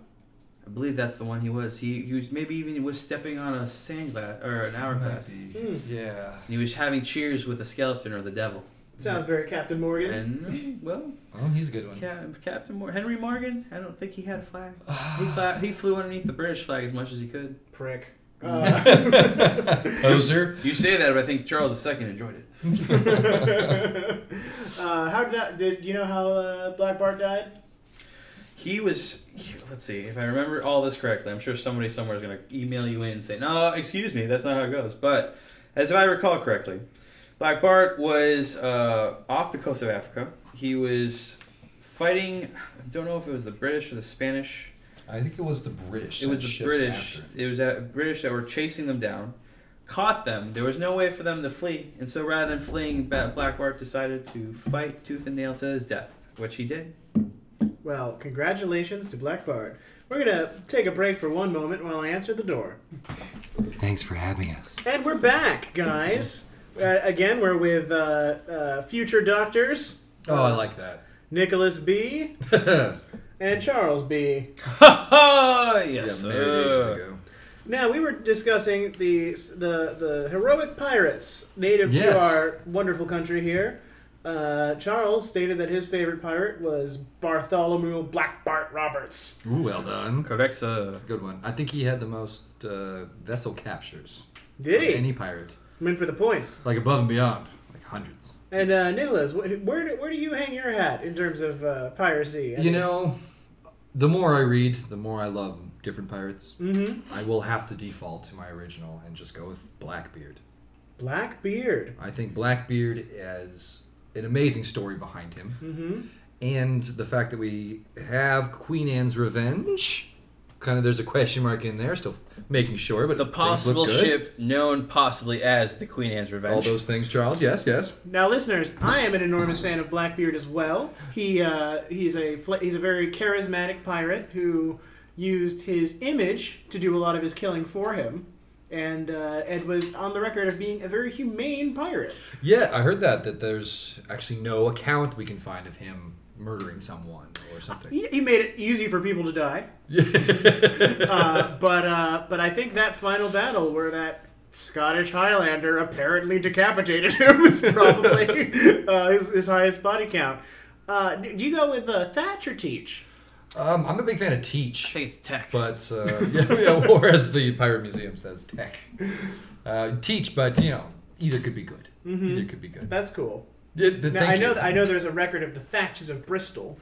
Speaker 3: I believe that's the one he was. He he was maybe even was stepping on a sand glass or an hourglass. And
Speaker 2: Hmm.
Speaker 4: Might be. Yeah.
Speaker 3: he was having cheers with the skeleton or the devil.
Speaker 2: Sounds very Captain Morgan.
Speaker 3: And well,
Speaker 4: Oh, he's a good one.
Speaker 3: Cap- Captain Mor- Henry Morgan. I don't think he had a flag. He
Speaker 4: Ah.
Speaker 3: fla- he flew underneath the British flag as much as he could.
Speaker 2: Prick. Uh,
Speaker 4: [laughs] Poser.
Speaker 3: You say that, but I think Charles II enjoyed it.
Speaker 2: [laughs] uh, how did that, did you know how uh, Black Bart died?
Speaker 3: He was. Let's see if I remember all this correctly. I'm sure somebody somewhere is going to email you in and say, "No, excuse me, that's not how it goes." But as if I recall correctly, Black Bart was uh, off the coast of Africa. He was fighting. I don't know if it was the British or the Spanish.
Speaker 4: [laughs] I think it was the British.
Speaker 3: It was
Speaker 4: that
Speaker 3: the
Speaker 4: ships
Speaker 3: British.
Speaker 4: after him.
Speaker 3: It was the British that were chasing them down, caught them. There was no way for them to flee, and so rather than fleeing, Ba- Black Bart decided to fight tooth and nail to his death, which he [laughs] did.
Speaker 2: Well, congratulations to Black Bart. We're gonna take a break for one moment while I answer the door.
Speaker 4: Thanks for having us.
Speaker 2: And we're back, guys. Uh, again, we're with uh, uh, future doctors.
Speaker 4: [laughs] Oh, I like that.
Speaker 2: Nicholas B. and Charles B.
Speaker 3: Ah, yes,
Speaker 4: yeah, married ages
Speaker 3: sir.
Speaker 4: ago.
Speaker 2: Now we were discussing the the the heroic pirates native
Speaker 4: Yes.
Speaker 2: to our wonderful country here. Uh, Charles stated that his favorite pirate was Bartholomew Black Bart Roberts.
Speaker 4: Ooh, well done.
Speaker 3: Codexa.
Speaker 4: Good one. I think he had the most uh, vessel captures.
Speaker 2: Did he?
Speaker 4: of Any pirate.
Speaker 2: I'm in for the points.
Speaker 4: Like above and beyond. Like hundreds.
Speaker 2: And uh, Nicholas, wh- where do, where do you hang your hat in terms of uh, piracy?
Speaker 4: You know, the more I read, the more I love different pirates.
Speaker 2: mm-hmm.
Speaker 4: I will have to default to my original and just go with Blackbeard.
Speaker 2: Blackbeard.
Speaker 4: I think Blackbeard has an amazing story behind him.
Speaker 2: Mm-hmm.
Speaker 4: And the fact that we have Queen Anne's Revenge. Kind of, there's a question mark in there, still making sure, but
Speaker 3: The
Speaker 4: things look
Speaker 3: possible
Speaker 4: good.
Speaker 3: ship known possibly as the Queen Anne's Revenge.
Speaker 4: All those things, Charles. Yes, yes.
Speaker 2: Now, listeners, I am an enormous fan of Blackbeard as well. He uh, he's a fl- he's a very charismatic pirate who used his image to do a lot of his killing for him, and uh, and was on the record of being a very humane pirate.
Speaker 4: Yeah, I heard that that there's actually no account we can find of him murdering someone or something.
Speaker 2: He, he made it easy for people to die,
Speaker 4: uh,
Speaker 2: uh, but uh, but I think that final battle where that. Scottish Highlander apparently decapitated him is probably uh, his, his highest body count. Uh, do do you go with uh, Thatch or Teach?
Speaker 4: um, I'm a big fan of
Speaker 3: I
Speaker 4: Teach,
Speaker 3: think it's tech.
Speaker 4: but uh, [laughs] yeah, yeah, or as the pirate museum says, Tech. Uh, teach, but you know, either could be good. Either could be good.
Speaker 2: That's cool.
Speaker 4: Yeah, but
Speaker 2: Mm-hmm. Now,
Speaker 4: thank
Speaker 2: I know
Speaker 4: you.
Speaker 2: that I know there's a record of the Thatches of Bristol,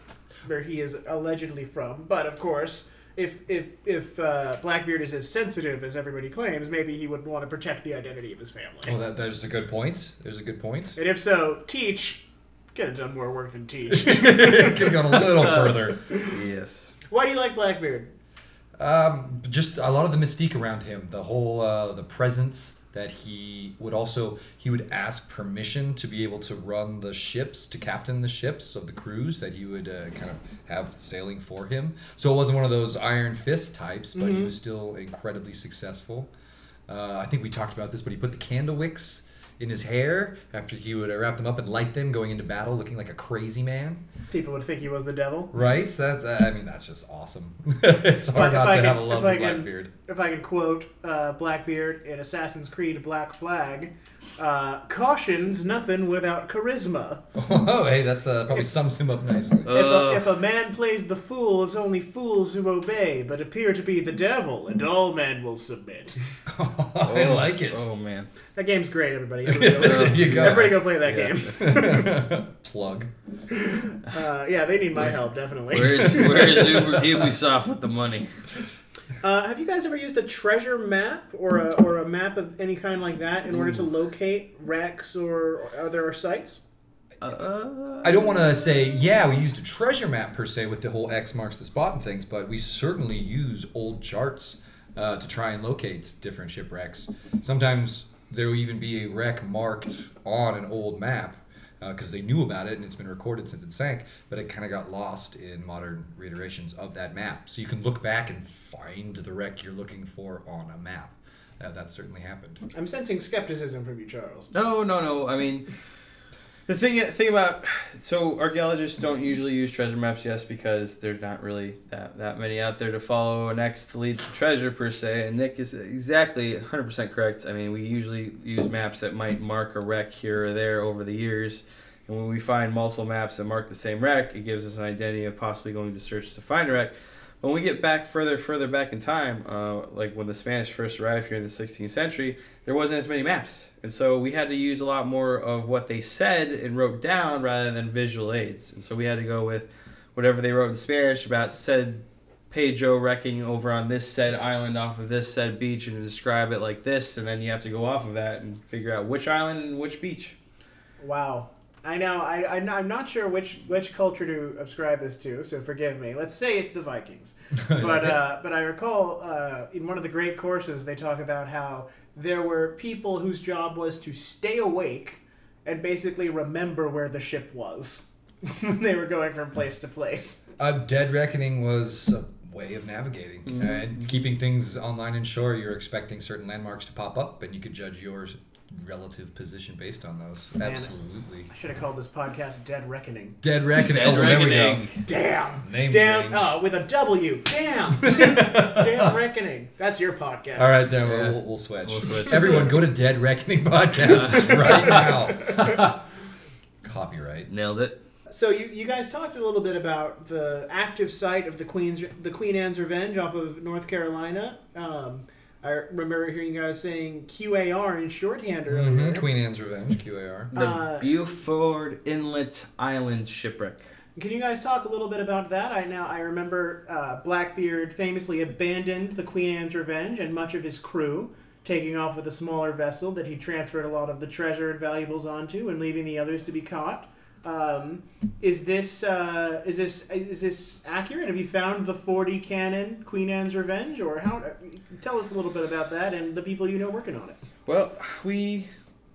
Speaker 2: where he is allegedly from. But of course, if if if uh, Blackbeard is as sensitive as everybody claims, maybe he would want to protect the identity of his family.
Speaker 4: Well, that, that is a good point. There's a
Speaker 2: [laughs]
Speaker 4: good point.
Speaker 2: and if so, Teach could have done more work than
Speaker 4: [laughs]
Speaker 2: Teach.
Speaker 4: could have gone a little
Speaker 2: Uh,
Speaker 4: further.
Speaker 3: yes.
Speaker 2: Why do you like Blackbeard?
Speaker 4: Um, just a lot of the mystique around him, the whole uh, the presence that he would also he would ask permission to be able to run the ships, to captain the ships of the crews that he would uh, kind of have sailing for him. So it wasn't one of those iron fist types, but
Speaker 2: Mm-hmm.
Speaker 4: he was still incredibly successful. Uh, I think we talked about this, but he put the candle wicks in his hair after he would uh, wrap them up and light them, going into battle looking like a crazy man.
Speaker 2: People would think he was the devil.
Speaker 4: Right? So that's I mean that's just awesome. [laughs] it's hard
Speaker 2: I-
Speaker 4: not
Speaker 2: if I
Speaker 4: to
Speaker 2: can-
Speaker 4: have a
Speaker 2: if
Speaker 4: love
Speaker 2: I
Speaker 4: of
Speaker 2: can-
Speaker 4: Blackbeard.
Speaker 2: If I could quote uh, Blackbeard in Assassin's Creed Black Flag, uh, cautions nothing without charisma.
Speaker 4: Oh, hey, that's uh, probably sums him up nicely.
Speaker 2: If
Speaker 3: Uh,
Speaker 2: a, if a man plays the fool, it's only fools who obey, but appear to be the devil, and all men will
Speaker 4: [laughs]
Speaker 2: submit.
Speaker 4: [laughs] I like it.
Speaker 3: Oh man. Um,
Speaker 2: That game's great, everybody. Everybody go,
Speaker 4: [laughs] There you go.
Speaker 2: everybody go play that
Speaker 3: Yeah.
Speaker 4: [laughs]
Speaker 2: game.
Speaker 4: Plug.
Speaker 2: Uh, yeah, they need my help, definitely. [laughs]
Speaker 3: Where's Where's Uber, Ubisoft with the money?
Speaker 2: Uh, have you guys ever used a treasure map or a, or a map of any kind like that in order to locate wrecks or, or other sites?
Speaker 3: Uh,
Speaker 4: I don't want to say, yeah, we used a treasure map per se with the whole X marks the spot and things, but we certainly use old charts uh, to try and locate different shipwrecks. Sometimes there will even be a wreck marked on an old map because they knew about it and it's been recorded since it sank, but it kind of got lost in modern reiterations of that map. So you can look back and find the wreck you're looking for on a map. Uh, that certainly happened.
Speaker 2: I'm sensing skepticism from you, Charles.
Speaker 3: No, no, no. I mean, the thing thing about so archaeologists don't usually use treasure maps, yes, because there's not really that that many out there to follow and X to lead to treasure per se. And Nick is exactly 100 percent correct. I mean, we usually use maps that might mark a wreck here or there over the years. And when we find multiple maps that mark the same wreck, it gives us an identity of possibly going to search to find a wreck. When we get back further, further back in time, uh, like when the Spanish first arrived here in the 16th century, there wasn't as many maps. And so we had to use a lot more of what they said and wrote down rather than visual aids. And so we had to go with whatever they wrote in Spanish about said Pedro wrecking over on this said island off of this said beach and describe it like this. And then you have to go off of that and figure out which island and which beach.
Speaker 2: Wow. I know. I, I, I'm not sure which, which culture to ascribe this to, so forgive me. Let's say it's the Vikings.
Speaker 4: [laughs]
Speaker 2: but uh, but I recall uh, in one of the great courses they talk about how there were people whose job was to stay awake and basically remember where the ship was. [laughs] when they were going from place to place.
Speaker 4: Uh, Dead Reckoning was a way of navigating
Speaker 2: Mm-hmm.
Speaker 4: Uh, and keeping things online and shore. You're expecting certain landmarks to pop up, and you could judge your relative position based on those.
Speaker 2: Man.
Speaker 4: Absolutely.
Speaker 2: I should have called this podcast Dead Reckoning.
Speaker 4: Dead Reckoning.
Speaker 3: Dead
Speaker 4: oh, there we go.
Speaker 3: Reckoning.
Speaker 2: Damn.
Speaker 4: Name
Speaker 2: Damn.
Speaker 4: change.
Speaker 2: Oh, with a W.
Speaker 4: [laughs]
Speaker 2: Damn. Damn Reckoning. That's your podcast.
Speaker 4: All right, then
Speaker 3: Yeah.
Speaker 4: we'll, we'll switch.
Speaker 3: We'll switch.
Speaker 4: Everyone, go to Dead Reckoning podcast
Speaker 3: [laughs]
Speaker 4: right now. Copyright.
Speaker 3: Nailed it.
Speaker 2: So you, you guys talked a little bit about the active site of the Queen's the Queen Anne's Revenge off of North Carolina. Um, I remember hearing you guys saying QAR in shorthand earlier.
Speaker 4: Mhm, Queen Anne's Revenge, QAR.
Speaker 3: The
Speaker 2: Uh,
Speaker 3: Beaufort Inlet Island shipwreck.
Speaker 2: Can you guys talk a little bit about that? I now I remember uh, Blackbeard famously abandoned the Queen Anne's Revenge and much of his crew, taking off with a smaller vessel that he transferred a lot of the treasure and valuables onto, and leaving the others to be caught. Um, is this uh, is this is this accurate? Have you found the forty cannon Queen Anne's Revenge, or how? Tell us a little bit about that and the people you know working on it.
Speaker 3: Well, we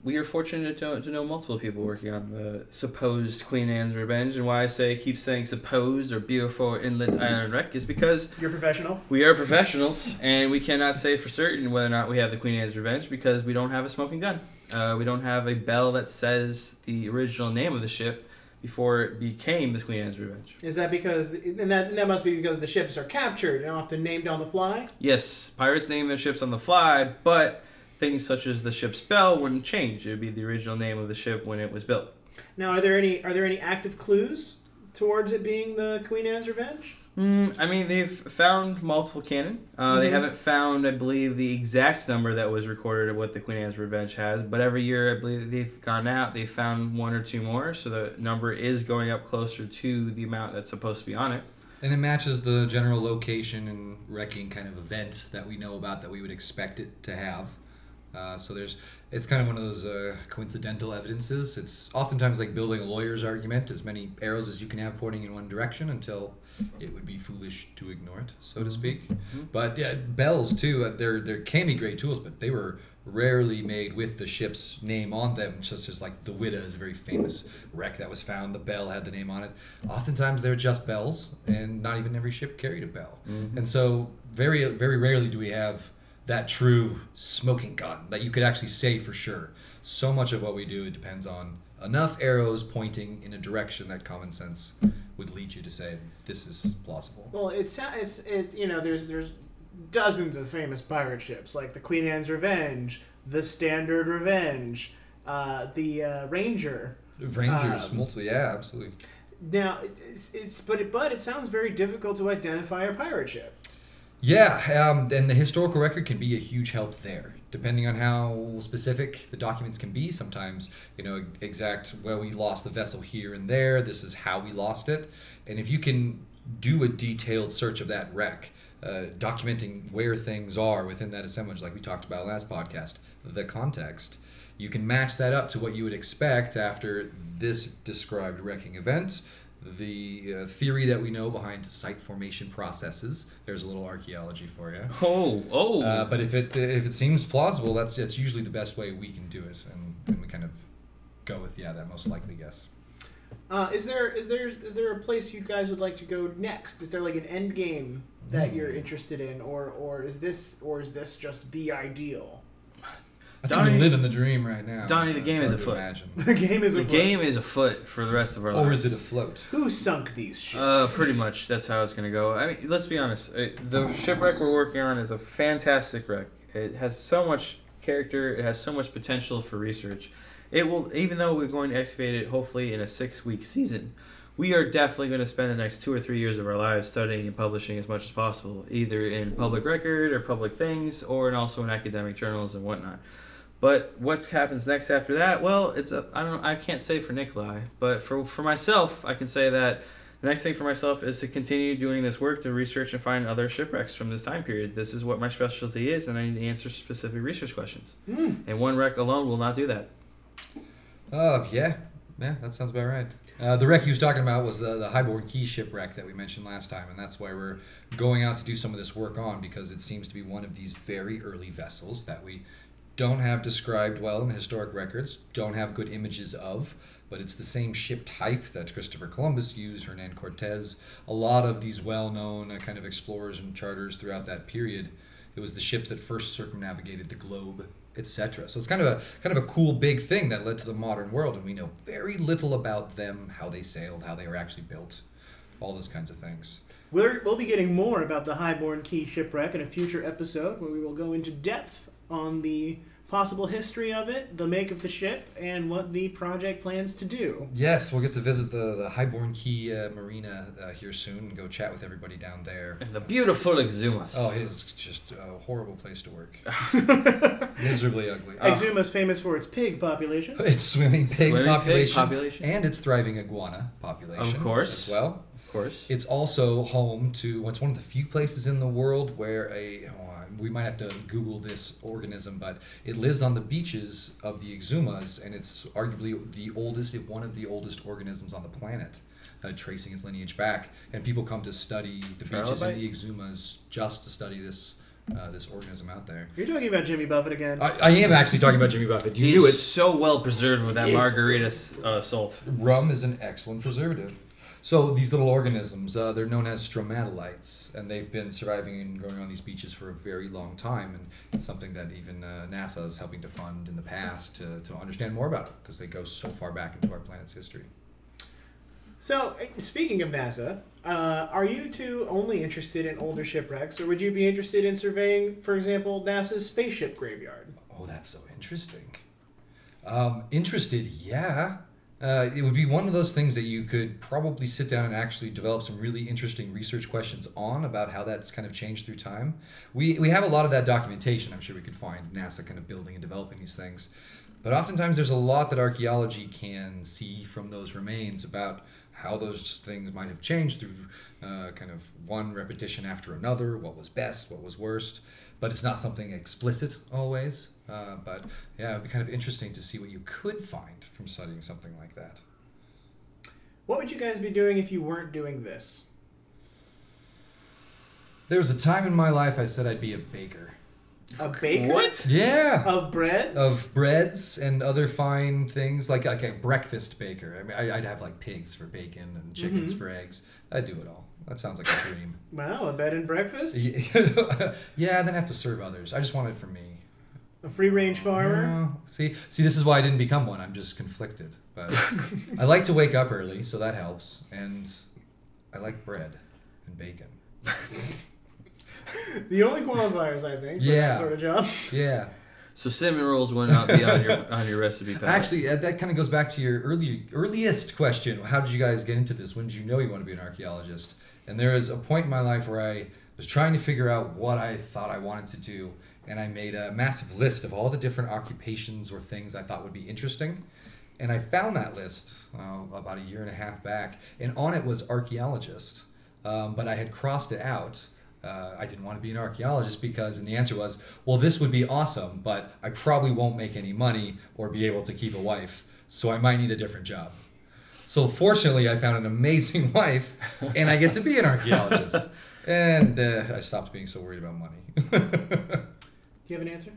Speaker 3: we are fortunate to, to know multiple people working on the supposed Queen Anne's Revenge, and why I say keep saying supposed or Beaufort Inlet Island wreck is because
Speaker 2: You're professional.
Speaker 3: we are professionals and we cannot say for certain whether or not we have the Queen Anne's Revenge because we don't have a smoking gun. Uh, we don't have a bell that says the original name of the ship before it became the Queen Anne's Revenge.
Speaker 2: Is that because and that, and that must be because the ships are captured and often named on the fly?
Speaker 3: Yes, pirates name their ships on the fly, but things such as the ship's bell wouldn't change. It would be the original name of the ship when it was built.
Speaker 2: Now, are there any are there any active clues towards it being the Queen Anne's Revenge?
Speaker 3: Mm, I mean, they've found multiple cannon. Uh, They
Speaker 2: Mhm.
Speaker 3: haven't found, I believe, the exact number that was recorded of what the Queen Anne's Revenge has, but every year, I believe, they've gone out, they've found one or two more, so the number is going up closer to the amount that's supposed to be on it.
Speaker 4: And it matches the general location and wrecking kind of event that we know about that we would expect it to have. Uh, so there's, it's kind of one of those uh, coincidental evidences. It's oftentimes like building a lawyer's argument, as many arrows as you can have pointing in one direction until it would be foolish to ignore it, so to speak. But yeah, bells too. Uh, they're they can be great tools, but they were rarely made with the ship's name on them. Just as like the Widow is a very famous wreck that was found. The bell had the name on it. Oftentimes they're just bells, and not even every ship carried a bell. And so very very rarely do we have that true smoking gun that you could actually say for sure. So much of what we do it depends on enough arrows pointing in a direction that common sense would lead you to say this is plausible.
Speaker 2: Well, it's it's it you know there's there's dozens of famous pirate ships like the Queen Anne's Revenge, the Standard Revenge, uh, the uh, Ranger.
Speaker 4: Rangers,
Speaker 2: Um,
Speaker 4: multiple, yeah, absolutely.
Speaker 2: Now, it's, it's but it, but it sounds very difficult to identify a pirate ship.
Speaker 4: Yeah, um, and the historical record can be a huge help there, depending on how specific the documents can be. Sometimes, you know, exact, well, we lost the vessel here and there, this is how we lost it. And if you can do a detailed search of that wreck, uh, documenting where things are within that assemblage, like we talked about last podcast, the context, you can match that up to what you would expect after this described wrecking event the uh, theory that we know behind site formation processes. There's a little archaeology for you.
Speaker 3: Oh, oh.
Speaker 4: Uh, but if it if it seems plausible, that's that's usually the best way we can do it, and, and we kind of go with yeah that most likely guess.
Speaker 2: Uh, is there is there is there a place you guys would like to go next? Is there like an end game that you're interested in, or or is this or is this just the ideal?
Speaker 4: I think
Speaker 3: Donnie-
Speaker 4: we live in the dream right now.
Speaker 3: Donnie, the game
Speaker 4: It's
Speaker 3: is
Speaker 4: hard to imagine.
Speaker 2: [laughs] The game is
Speaker 3: the
Speaker 2: afoot.
Speaker 3: game is afoot for the rest of our lives.
Speaker 4: or is it afloat?
Speaker 2: Who sunk these ships?
Speaker 3: Uh, pretty much. That's how it's gonna go. I mean, let's be honest. uh, The shipwreck we're working on is a fantastic wreck. It has so much character. It has so much potential for research. It will, even though we're going to excavate it, hopefully in a six-week season. We are definitely going to spend the next two or three years of our lives studying and publishing as much as possible, either in public record or public things, or in also in academic journals and whatnot. But what happens next after that? Well, it's a, I don't I can't say for Nikolai, but for for myself, I can say that the next thing for myself is to continue doing this work to research and find other shipwrecks from this time period. This is what my specialty is, and I need to answer specific research questions.
Speaker 2: Hmm.
Speaker 3: And one wreck alone will not do that.
Speaker 4: Uh, yeah, yeah, that sounds about right. Uh, the wreck he was talking about was the, the Highborn Key shipwreck that we mentioned last time, and that's why we're going out to do some of this work on because it seems to be one of these very early vessels that we don't have described well in the historic records, don't have good images of, but it's the same ship type that Christopher Columbus used, Hernan Cortez, a lot of these well known uh, kind of explorers and charters throughout that period. It was the ships that first circumnavigated the globe etc. So it's kind of a kind of a cool big thing that led to the modern world, and we know very little about them, how they sailed, how they were actually built, all those kinds of things.
Speaker 2: We're, we'll be getting more about the Highborn Key shipwreck in a future episode where we will go into depth on the possible history of it, the make of the ship, and what the project plans to do.
Speaker 4: Yes, we'll get to visit the, the Highborn Key uh, Marina uh, here soon and go chat with everybody down there.
Speaker 3: And the beautiful Exumas.
Speaker 4: Oh, it is just a horrible place
Speaker 3: [laughs]
Speaker 4: to work. Miserably ugly. Uh,
Speaker 3: Uh,
Speaker 2: Exuma's famous for its pig population.
Speaker 4: It's swimming pig
Speaker 3: Swimming pig
Speaker 4: population,
Speaker 3: population.
Speaker 4: and it's thriving iguana population.
Speaker 3: Of course.
Speaker 4: as well.
Speaker 3: Of course.
Speaker 4: It's also home to what's one of the few places in the world where a oh, we might have to Google this organism, but it lives on the beaches of the Exumas, and it's arguably the oldest, if one of the oldest organisms on the planet, uh, tracing its lineage back. And people come to study the beaches and
Speaker 3: Trilobite?
Speaker 4: the Exumas just to study this uh, this organism out there.
Speaker 2: You're talking about Jimmy Buffett again.
Speaker 4: I, I am actually talking about Jimmy Buffett. You
Speaker 3: He's
Speaker 4: knew it.
Speaker 3: so well preserved with that
Speaker 4: It's-
Speaker 3: margarita s- uh, salt.
Speaker 4: Rum is an excellent preservative. So these little organisms, uh, they're known as stromatolites, and they've been surviving and growing on these beaches for a very long time, and it's something that even uh, NASA is helping to fund in the past to, to understand more about it, because they go so far back into our planet's history.
Speaker 2: So, eh, speaking of NASA, uh, are you two only interested in older shipwrecks, or would you be interested in surveying, for example, NASA's spaceship graveyard?
Speaker 4: Oh, that's so interesting. Um, interested, yeah. Uh, it would be one of those things that you could probably sit down and actually develop some really interesting research questions on about how that's kind of changed through time. We, we have a lot of that documentation, I'm sure we could find NASA kind of building and developing these things. But oftentimes there's a lot that archaeology can see from those remains about how those things might have changed through uh, kind of one repetition after another, what was best, what was worst. But it's not something explicit always. Uh, but yeah, it'd be kind of interesting to see what you could find from studying something like that.
Speaker 2: What would you guys be doing if you weren't doing this?
Speaker 4: There was a time in my life I said I'd be a baker.
Speaker 2: A baker?
Speaker 3: What?
Speaker 4: Yeah.
Speaker 2: Of breads?
Speaker 4: of breads and other fine things like like a breakfast baker. I mean, I, I'd have like pigs for bacon and chickens for eggs. I'd do it all. That sounds like a dream. [laughs]
Speaker 2: Wow, a bed and breakfast?
Speaker 4: yeah, and then I have to serve others. I just want it for me.
Speaker 2: A free range farmer?
Speaker 4: No. See, see, this is why I didn't become one. I'm just conflicted. But I like to wake up early, so that helps. And I like bread and bacon.
Speaker 2: The only qualifiers, I think, for
Speaker 4: Yeah.
Speaker 2: that sort of job. [laughs]
Speaker 4: Yeah.
Speaker 3: So cinnamon rolls would not be on your [laughs] on your recipe palette.
Speaker 4: Actually, uh, that kind of goes back to your early earliest question. How did you guys get into this? When did you know you want to be an archaeologist? And there is a point in my life where I was trying to figure out what I thought I wanted to do, and I made a massive list of all the different occupations or things I thought would be interesting. And I found that list uh, about a year and a half back, and on it was archaeologist. Um, but I had crossed it out. Uh, I didn't want to be an archaeologist because, and the answer was, well, this would be awesome, but I probably won't make any money or be able to keep a wife, so I might need a different job. So fortunately, I found an amazing [laughs] wife, and I get to be
Speaker 3: [laughs]
Speaker 4: an archaeologist. and uh, I stopped being so worried about money. [laughs]
Speaker 2: Do you have an answer?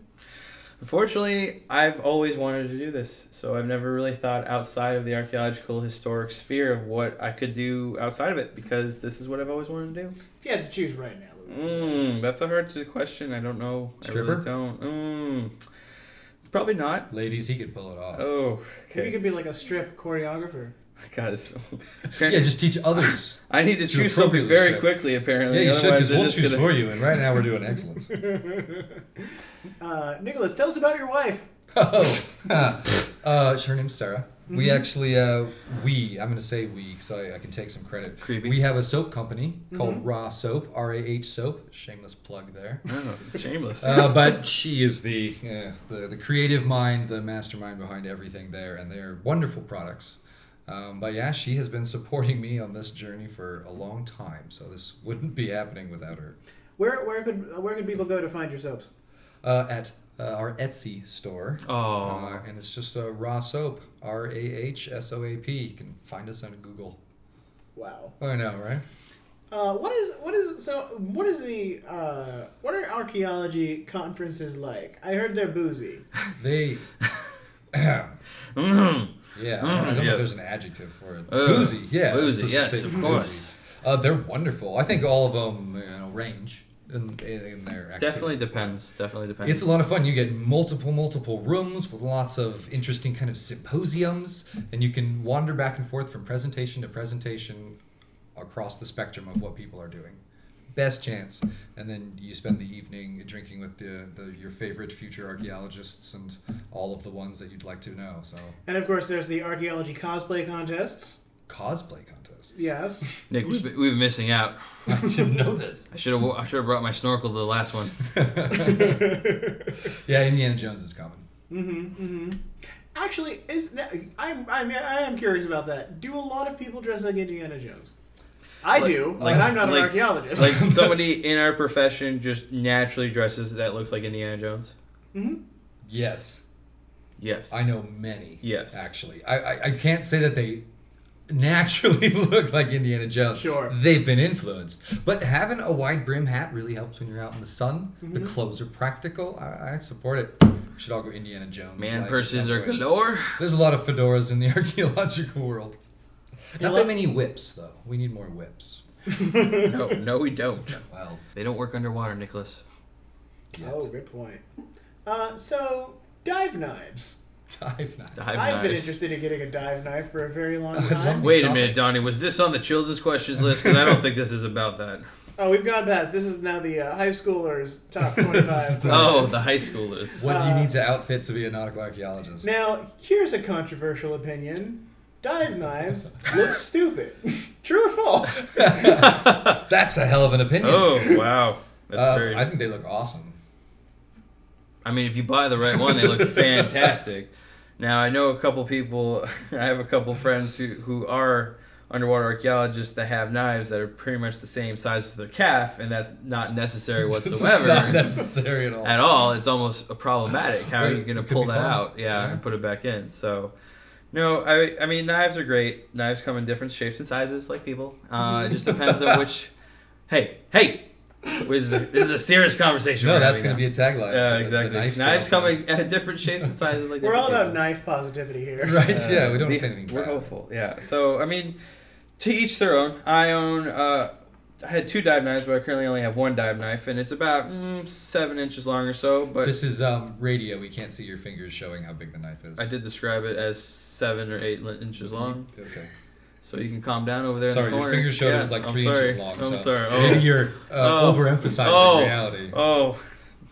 Speaker 3: Unfortunately, I've always wanted to do this, so I've never really thought outside of the archaeological historic sphere of what I could do outside of it because this is what I've always wanted to do.
Speaker 2: If you had to choose right now, what would you say?
Speaker 3: Mm, that's a hard to question. I don't know. I
Speaker 4: Stripper?
Speaker 3: really don't. Mm, probably not.
Speaker 4: Ladies, he could pull it off.
Speaker 3: Oh,
Speaker 2: Maybe you
Speaker 3: okay.
Speaker 2: could be like a strip choreographer.
Speaker 3: Guys, [laughs]
Speaker 4: Yeah, just teach others.
Speaker 3: I need to
Speaker 4: to
Speaker 3: choose something
Speaker 4: appropriately
Speaker 3: very
Speaker 4: strip.
Speaker 3: quickly,
Speaker 4: yeah,
Speaker 3: apparently.
Speaker 4: you should,
Speaker 3: Otherwise,
Speaker 4: because
Speaker 3: they're
Speaker 4: we'll
Speaker 3: just
Speaker 4: choose
Speaker 3: gonna-
Speaker 4: for you. And right now, we're doing excellent.
Speaker 2: Uh, Nicholas, tell us about your wife.
Speaker 4: Oh, [laughs] uh, her name's Sarah. We actually, uh, we, I'm going to say we, so I, I can take some credit.
Speaker 3: Creepy.
Speaker 4: We have a soap company called Raw Soap, R A H Soap. Shameless plug there.
Speaker 3: [laughs] Oh, it's shameless.
Speaker 4: Uh, but she is the, uh, the the creative mind, the mastermind behind everything there, and they're wonderful products. Um, but yeah, she has been supporting me on this journey for a long time, so this wouldn't be happening without her.
Speaker 2: Where where could where could people go to find your soaps?
Speaker 4: Uh, at uh, our Etsy store,
Speaker 3: oh,
Speaker 4: Uh, and it's just a raw soap, R A H S O A P. You can find us on Google.
Speaker 2: Wow.
Speaker 4: Oh, I know, right?
Speaker 2: Uh, what is what is so what is the uh, what are archaeology conferences like? I heard they're boozy.
Speaker 4: [laughs] They. [clears throat]
Speaker 3: mm.
Speaker 4: Yeah, I don't- I don't know
Speaker 3: yes.
Speaker 4: if there's an adjective for it.
Speaker 3: Uh,
Speaker 4: boozy, yeah.
Speaker 3: boozy,
Speaker 4: let's just
Speaker 3: yes,
Speaker 4: say
Speaker 3: of course.
Speaker 4: Uh, they're wonderful. I think all of them you know, range in, in their activities.
Speaker 3: Definitely depends. Definitely depends.
Speaker 4: It's a lot of fun. You get multiple, multiple rooms with lots of interesting kind of symposiums, and you can wander back and forth from presentation to presentation across the spectrum of what people are doing. Best chance, and then you spend the evening drinking with the, the your favorite future archaeologists and all of the ones that you'd like to know. So
Speaker 2: And of course, there's the archaeology cosplay contests.
Speaker 4: cosplay contests.
Speaker 2: Yes.
Speaker 3: Nick, we've been, we've been missing out.
Speaker 4: I didn't know
Speaker 2: [laughs]
Speaker 4: this. [laughs]
Speaker 3: I should have. I should have brought my snorkel to the last one.
Speaker 4: [laughs] Yeah, Indiana Jones is coming.
Speaker 2: Mm-hmm. Actually, is that, I, I mean, I am curious about that. Do a lot of people dress like Indiana Jones? I
Speaker 3: Like-
Speaker 2: do,
Speaker 4: like-
Speaker 2: but I'm not
Speaker 3: like-
Speaker 2: an archaeologist.
Speaker 3: Like somebody in our profession just naturally dresses that looks like Indiana Jones.
Speaker 4: Yes,
Speaker 3: Yes.
Speaker 4: I know many.
Speaker 3: Yes.
Speaker 4: actually, I I, I can't say that they naturally [laughs] look like Indiana Jones.
Speaker 2: Sure.
Speaker 4: they've been influenced, but having a wide brim hat really helps when you're out in the sun. The
Speaker 2: Mm-hmm.
Speaker 4: clothes are practical. I, I support it. We should all go Indiana Jones.
Speaker 3: Man
Speaker 4: like,
Speaker 3: purses
Speaker 4: that
Speaker 3: are
Speaker 4: way. [laughs]
Speaker 3: galore.
Speaker 4: There's a lot of fedoras in the [laughs] archaeological world. Not
Speaker 2: love-
Speaker 4: that many whips though. We need more whips.
Speaker 3: No, no, we don't.
Speaker 4: Well,
Speaker 3: They don't work underwater, Nicholas.
Speaker 4: yet.
Speaker 2: [laughs] oh, good point. Uh, so dive knives.
Speaker 4: dive knives.
Speaker 3: Dive
Speaker 2: I've been
Speaker 3: knives.
Speaker 2: interested in getting a dive knife for a very
Speaker 4: [laughs]
Speaker 2: long
Speaker 4: love
Speaker 2: time.
Speaker 4: that.
Speaker 3: Wait a
Speaker 4: Stop
Speaker 3: minute,
Speaker 4: it.
Speaker 3: Donnie. Was this on the children's questions list? Because I don't think this is about
Speaker 4: [laughs]
Speaker 3: that.
Speaker 2: oh, we've gone past. This is now the uh, high schoolers top 25.
Speaker 4: [laughs] This is the-
Speaker 3: Oh, the high schoolers.
Speaker 4: What do
Speaker 2: Uh,
Speaker 4: you need to outfit to be a nautical archaeologist?
Speaker 2: Now, here's a controversial opinion. Dive knives look
Speaker 4: [laughs]
Speaker 2: stupid. True or false?
Speaker 4: That's a hell of an opinion.
Speaker 3: [laughs] Oh, wow. That's
Speaker 4: Uh,
Speaker 3: very.
Speaker 4: I think they look awesome.
Speaker 3: I mean, if you buy the right one, they
Speaker 4: [laughs]
Speaker 3: look fantastic. Now, I know a couple people, [laughs] I have a couple friends who, who are underwater archaeologists that have knives that are pretty much the same size as their calf, and that's not necessary
Speaker 4: [laughs] it's not
Speaker 3: whatsoever.
Speaker 4: necessary at all.
Speaker 3: At all, it's almost a problematic. How are
Speaker 4: Wait,
Speaker 3: you going to
Speaker 4: it could
Speaker 3: pull
Speaker 4: be
Speaker 3: that
Speaker 4: fun.
Speaker 3: out? Yeah,
Speaker 4: Yeah.
Speaker 3: and put it back in. So, no, I, I mean, knives are great. Knives come in different shapes and sizes, like people. Uh, it just depends on
Speaker 4: [laughs]
Speaker 3: which. Hey, hey! This is a, this is a serious conversation.
Speaker 4: No,
Speaker 3: we're
Speaker 4: that's
Speaker 3: having
Speaker 4: going
Speaker 3: now.
Speaker 4: to be a tagline. for
Speaker 3: Yeah,
Speaker 4: the- the
Speaker 3: exactly.
Speaker 4: knife
Speaker 3: Knives
Speaker 4: salesman.
Speaker 3: come in [laughs] at different shapes and sizes. Like
Speaker 2: We're all
Speaker 3: different
Speaker 2: about knife positivity here.
Speaker 4: Right?
Speaker 3: people.
Speaker 4: yeah, we don't
Speaker 3: Uh,
Speaker 4: say anything.
Speaker 3: We're
Speaker 4: bad.
Speaker 3: hopeful. Yeah. So I mean, to each their own. I own. Uh, I had two dive knives, but I currently only have one dive knife, and it's about mm, seven inches long or so. But
Speaker 4: This is um, radio. We can't see your fingers showing how big the knife is.
Speaker 3: I did describe it as seven or eight li- inches long.
Speaker 4: Okay.
Speaker 3: So you can calm down over there.
Speaker 4: Sorry,
Speaker 3: in the
Speaker 4: your
Speaker 3: corner.
Speaker 4: fingers showed it
Speaker 3: Yeah,
Speaker 4: was like
Speaker 3: I'm
Speaker 4: three
Speaker 3: sorry.
Speaker 4: inches long.
Speaker 3: I'm
Speaker 4: so [laughs]
Speaker 3: sorry.
Speaker 4: Maybe
Speaker 3: Oh.
Speaker 4: you're uh,
Speaker 3: Oh.
Speaker 4: overemphasizing
Speaker 3: Oh.
Speaker 4: reality.
Speaker 3: Oh.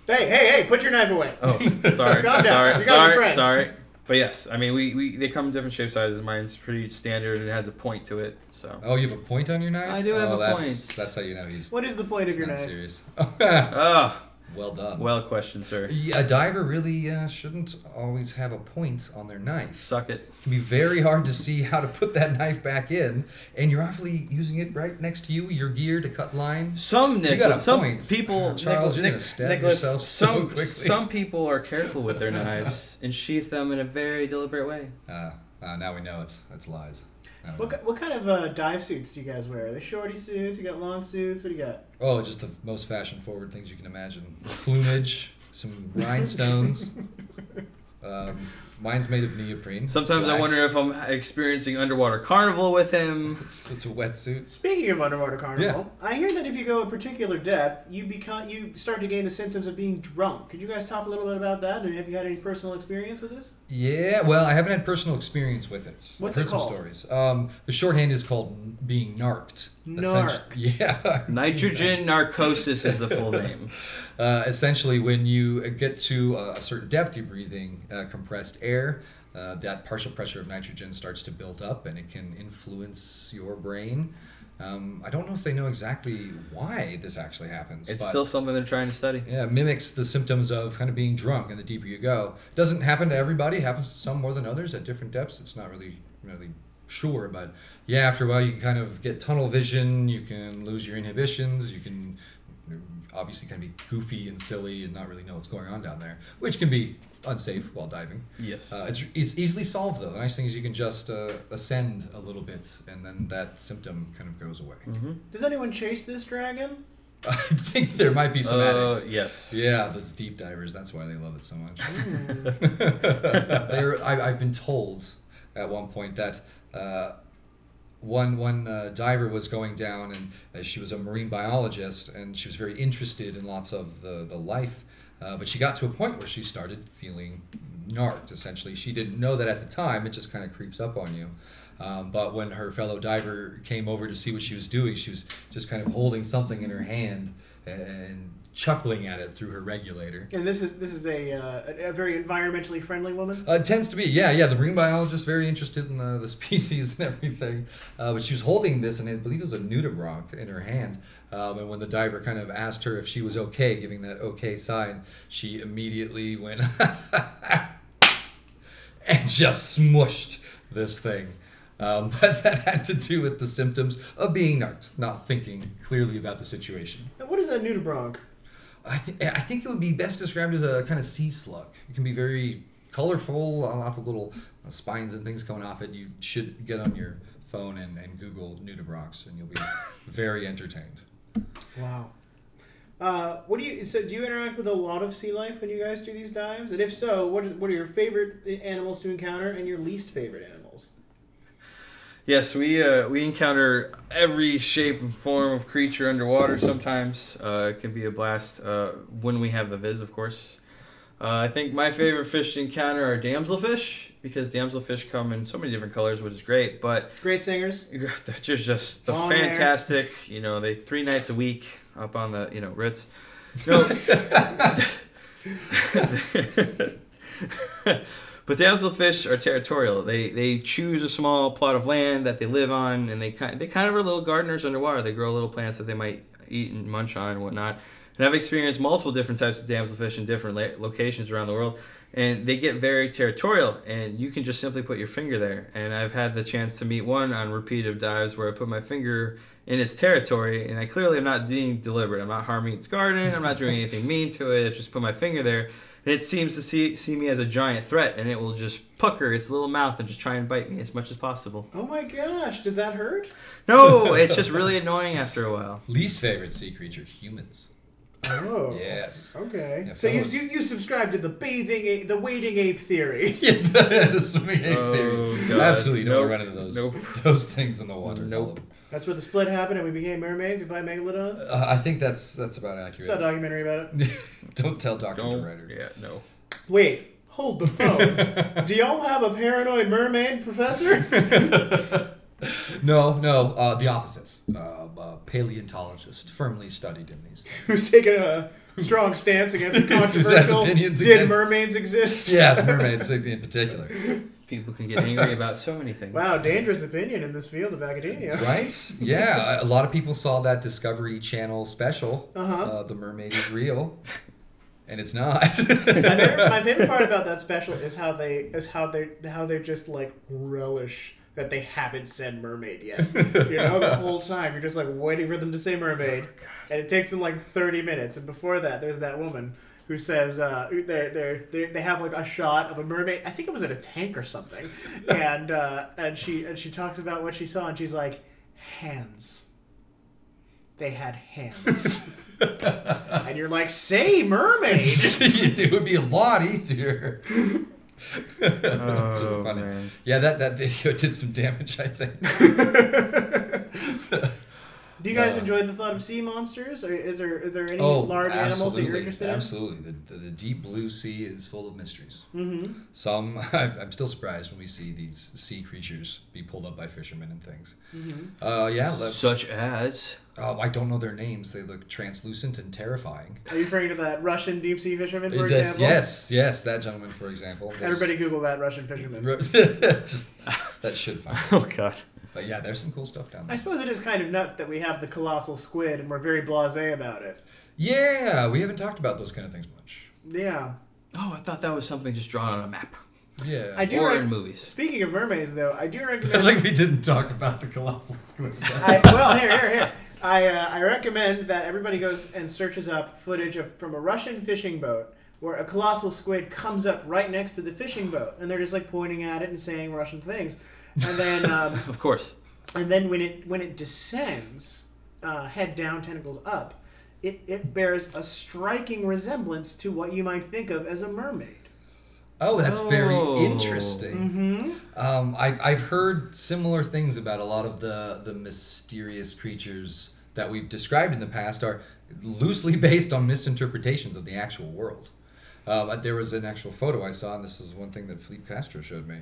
Speaker 2: Hey, hey, hey, put your knife away.
Speaker 3: Oh, sorry,
Speaker 2: Calm down. [laughs] You guys are
Speaker 3: sorry, sorry,
Speaker 2: friends.
Speaker 3: sorry. But yes, I mean, we, we they come in different shape sizes. Mine's pretty standard and it has a point to it. So
Speaker 4: Oh, you have a point on your knife.
Speaker 3: I do have
Speaker 4: Oh,
Speaker 3: a
Speaker 4: that's,
Speaker 3: point.
Speaker 4: That's how you know he's
Speaker 2: What is the point of your
Speaker 4: not
Speaker 2: knife?
Speaker 4: serious. [laughs]
Speaker 3: ah,
Speaker 4: well done.
Speaker 3: well, question, sir.
Speaker 4: Yeah, a diver really uh, shouldn't always have a point on their knife.
Speaker 3: Suck it.
Speaker 4: It can be very hard to see how to put that [laughs] knife back in, and you're obviously using it right next to you, your gear to cut line.
Speaker 3: Some
Speaker 4: You got a
Speaker 3: Nicholas, some
Speaker 4: point.
Speaker 3: people,
Speaker 4: Charles,
Speaker 3: Nicholas,
Speaker 4: you're gonna stab
Speaker 3: Nicholas,
Speaker 4: yourself so
Speaker 3: some
Speaker 4: quickly.
Speaker 3: some people are careful with
Speaker 4: [laughs]
Speaker 3: their knives and sheath them in a very deliberate way.
Speaker 4: Uh, uh, now we know it's it's lies. Now we
Speaker 2: What,
Speaker 4: know.
Speaker 2: ki- what kind of uh, dive suits do you guys wear? Are they shorty suits? You got long suits? What do you got?
Speaker 4: Oh, just the most fashion-forward things you can imagine: plumage, some
Speaker 2: [laughs]
Speaker 4: rhinestones. um, mine's made of neoprene. It's
Speaker 3: Sometimes I
Speaker 4: black.
Speaker 3: wonder if I'm experiencing underwater carnival with him.
Speaker 4: It's, it's a wetsuit.
Speaker 2: Speaking of underwater carnival, I hear that if you go a particular depth, you become you start to gain the symptoms of being drunk. Could you guys talk a little bit about that? And have you had any personal experience with this?
Speaker 4: Yeah, well, I haven't had personal experience with it.
Speaker 2: What's
Speaker 4: I've heard
Speaker 2: it
Speaker 4: Some
Speaker 2: called?
Speaker 4: stories. Um, the shorthand is called being narked.
Speaker 2: Narked.
Speaker 4: Essenti- [laughs] Yeah.
Speaker 3: Nitrogen narcosis is the full name.
Speaker 4: Uh, essentially, when you uh, get to a certain depth, you're breathing uh, compressed air. Uh, that partial pressure of nitrogen starts to build up, and it can influence your brain. Um, I don't know if they know exactly why this actually happens.
Speaker 3: It's
Speaker 4: but
Speaker 3: still something they're trying to study.
Speaker 4: yeah, it mimics the symptoms of kind of being drunk. And the deeper you go, doesn't happen to everybody. Happens to some more than others at different depths. It's not really really sure, but yeah, after a while, you can kind of get tunnel vision. You can lose your inhibitions. You can you know, obviously kind of be goofy and silly and not really know what's going on down there, which can be unsafe while diving.
Speaker 3: Yes.
Speaker 4: Uh, it's, it's easily solved though. The nice thing is you can just uh, ascend a little bit, and then that symptom kind of goes away. [laughs]
Speaker 2: Does anyone chase this dragon?
Speaker 4: I think there might be some
Speaker 3: Uh,
Speaker 4: addicts.
Speaker 3: yes.
Speaker 4: Yeah, those deep divers. That's why they love it so much. [laughs] They're, I, I've been told at one point that uh, one one uh, diver was going down, and uh, she was a marine biologist, and she was very interested in lots of the the life. Uh, but she got to a point where she started feeling narked. Essentially, she didn't know that at the time. It just kind of creeps up on you. Um, but when her fellow diver came over to see what she was doing, she was just kind of holding something in her hand and chuckling at it through her regulator.
Speaker 2: And this is this is a uh, a, a very environmentally friendly woman.
Speaker 4: Uh, it tends to be, yeah, yeah. The marine biologist very interested in the, [laughs] the species and everything, uh, but she was holding this, and I believe it was a nudibranch in her hand. Um, and when the diver kind of asked her if she was okay, giving that okay sign, she immediately went [laughs] and just smushed this thing. Um, [laughs] but that had to do with the symptoms of being narked, not thinking clearly about the situation.
Speaker 2: And What is a nudibranch?
Speaker 4: I, th- I think it would be best described as a kind of sea slug. It can be very colorful, a lot of little uh, spines and things coming off it. You should get on your phone and, and Google nudibranchs, and you'll
Speaker 3: [laughs]
Speaker 4: be very entertained.
Speaker 2: Wow. Uh, what do you so? Do you interact with a lot of sea life when you guys do these dives? And if so, what is, what are your favorite animals to encounter and your least favorite animals?
Speaker 3: Yes, we uh, we encounter every shape and form of creature underwater. Sometimes uh, it can be a blast uh, when we have the viz, of course. Uh, I think my favorite fish to encounter are damselfish because damselfish come in so many different colors, which is great. But
Speaker 2: Great singers.
Speaker 3: they're just [laughs] just the
Speaker 2: Long hair.
Speaker 3: fantastic. You know, they three nights a week up on the you know Ritz. No. [laughs] but damselfish are territorial. They they choose a small plot of land that they live on, and they kind they kind of are little gardeners underwater. They grow little plants that they might eat and munch on and whatnot. And I've experienced multiple different types of damselfish in different la- locations around the world, and they get very territorial. And you can just simply put your finger there. And I've had the chance to meet one on repeated dives where I put my finger in its territory, and I clearly am not being deliberate. I'm not harming its garden. I'm not
Speaker 4: [laughs]
Speaker 3: doing anything mean to it. I just put my finger there, and it seems to see see me as a giant threat, and it will just pucker its little mouth and just try and bite me as much as
Speaker 4: [laughs]
Speaker 3: possible.
Speaker 2: Oh my gosh, does that hurt?
Speaker 3: No, it's just really annoying after a while.
Speaker 4: Least favorite sea creature: humans.
Speaker 2: Oh.
Speaker 4: Yes. [laughs]
Speaker 2: Okay.
Speaker 4: Yeah,
Speaker 2: so you,
Speaker 4: fellas.
Speaker 2: you you subscribe to the bathing ape, the waiting ape theory. [laughs]
Speaker 4: Yeah, the, the swimming ape
Speaker 3: Oh,
Speaker 4: theory.
Speaker 3: God.
Speaker 4: Absolutely, don't
Speaker 3: Nope.
Speaker 4: run into those
Speaker 3: Nope.
Speaker 4: [laughs] those things in the water.
Speaker 3: Nope.
Speaker 2: That's where the split happened and we became mermaids and by megalodons.
Speaker 4: Uh, I think that's that's about
Speaker 2: I saw a
Speaker 4: accurate.
Speaker 2: documentary about it.
Speaker 4: [laughs] don't tell Doctor
Speaker 3: Don't.
Speaker 4: DeRider.
Speaker 3: Yeah, no.
Speaker 2: Wait, hold the
Speaker 4: [laughs]
Speaker 2: phone. Do y'all have a paranoid mermaid professor?
Speaker 4: No, no, uh, the opposites. Uh, a paleontologist firmly studied in these things.
Speaker 2: Who's taking a strong stance against the
Speaker 4: Who says
Speaker 2: controversial? Did
Speaker 4: opinions against-
Speaker 2: mermaids exist?
Speaker 4: Yes, mermaids in particular.
Speaker 3: People can get angry about so many things.
Speaker 2: Wow, dangerous opinion in this field of academia.
Speaker 4: Right? Yeah, a lot of people saw that Discovery Channel special.
Speaker 2: Uh-huh.
Speaker 4: Uh, the mermaid is real, and it's not. [laughs]
Speaker 2: my, favorite, my favorite part about that special is how they is how they how they just like relish that they haven't said mermaid yet. You know, the whole time you're just like waiting for them to say mermaid, and it takes them like 30 minutes. And before that, there's that woman who says uh, they're, they're, they they have like a shot of a mermaid. I think it was at a tank or something, and uh, and she and she talks about what she saw, and she's like, hands. They had hands. and you're like, say mermaid.
Speaker 4: it would be a lot easier. That's so
Speaker 3: Oh,
Speaker 4: funny.
Speaker 3: man.
Speaker 4: Yeah, that, that video [laughs] did some damage, I think.
Speaker 2: Do you guys
Speaker 4: Uh,
Speaker 2: enjoy the thought of sea monsters? Or is there is there any
Speaker 4: oh,
Speaker 2: large animals that you're
Speaker 4: absolutely,
Speaker 2: interested
Speaker 4: Absolutely. The, the, the deep blue sea is full of mysteries.
Speaker 2: in? hmm
Speaker 4: Some, [laughs] I'm I'm still surprised when we see these sea creatures be pulled up by fishermen and things.
Speaker 2: Mm-hmm.
Speaker 4: Uh, yeah, let's-
Speaker 3: Such
Speaker 4: [laughs]
Speaker 3: as
Speaker 4: oh, I don't know their names. They look translucent and terrifying.
Speaker 2: Are you referring to that Russian deep sea fisherman, for
Speaker 4: Yes,
Speaker 2: example?
Speaker 4: yes, yes, that gentleman, for example. There's-
Speaker 2: Everybody Google that Russian fisherman.
Speaker 4: [laughs] Just that should find.
Speaker 3: oh god.
Speaker 4: But yeah, there's some cool stuff down
Speaker 2: I
Speaker 4: there.
Speaker 2: suppose it is kind of nuts that we have the colossal squid and we're very blasé about it.
Speaker 4: Yeah, we haven't talked about those kind of things much.
Speaker 2: Yeah.
Speaker 3: Oh, I thought that was something just drawn on a map
Speaker 4: Yeah, [laughs]
Speaker 2: I do
Speaker 3: or
Speaker 2: rec-
Speaker 3: in movies.
Speaker 2: Speaking of mermaids, though, I do
Speaker 4: I
Speaker 2: recommend.
Speaker 4: think we didn't talk about the colossal squid.
Speaker 2: I, well, here, here, here. I, uh, I recommend that everybody goes and searches up footage of, from a Russian fishing boat where a colossal squid comes up right next to the fishing boat, and they're just like pointing at it and saying Russian things, and then um, [laughs]
Speaker 3: Of course.
Speaker 2: and then when it when it descends, uh, head down, tentacles up, it, it bears a striking resemblance to what you might think of as a mermaid.
Speaker 4: Oh, that's very
Speaker 3: Oh.
Speaker 4: interesting.
Speaker 2: Mm-hmm.
Speaker 4: Um, I've, I've heard similar things about a lot of the, the mysterious creatures that we've described in the past are loosely [laughs] based on misinterpretations of the actual world. Uh, but there was an actual photo I saw, and this is one thing that Felipe Castro showed me.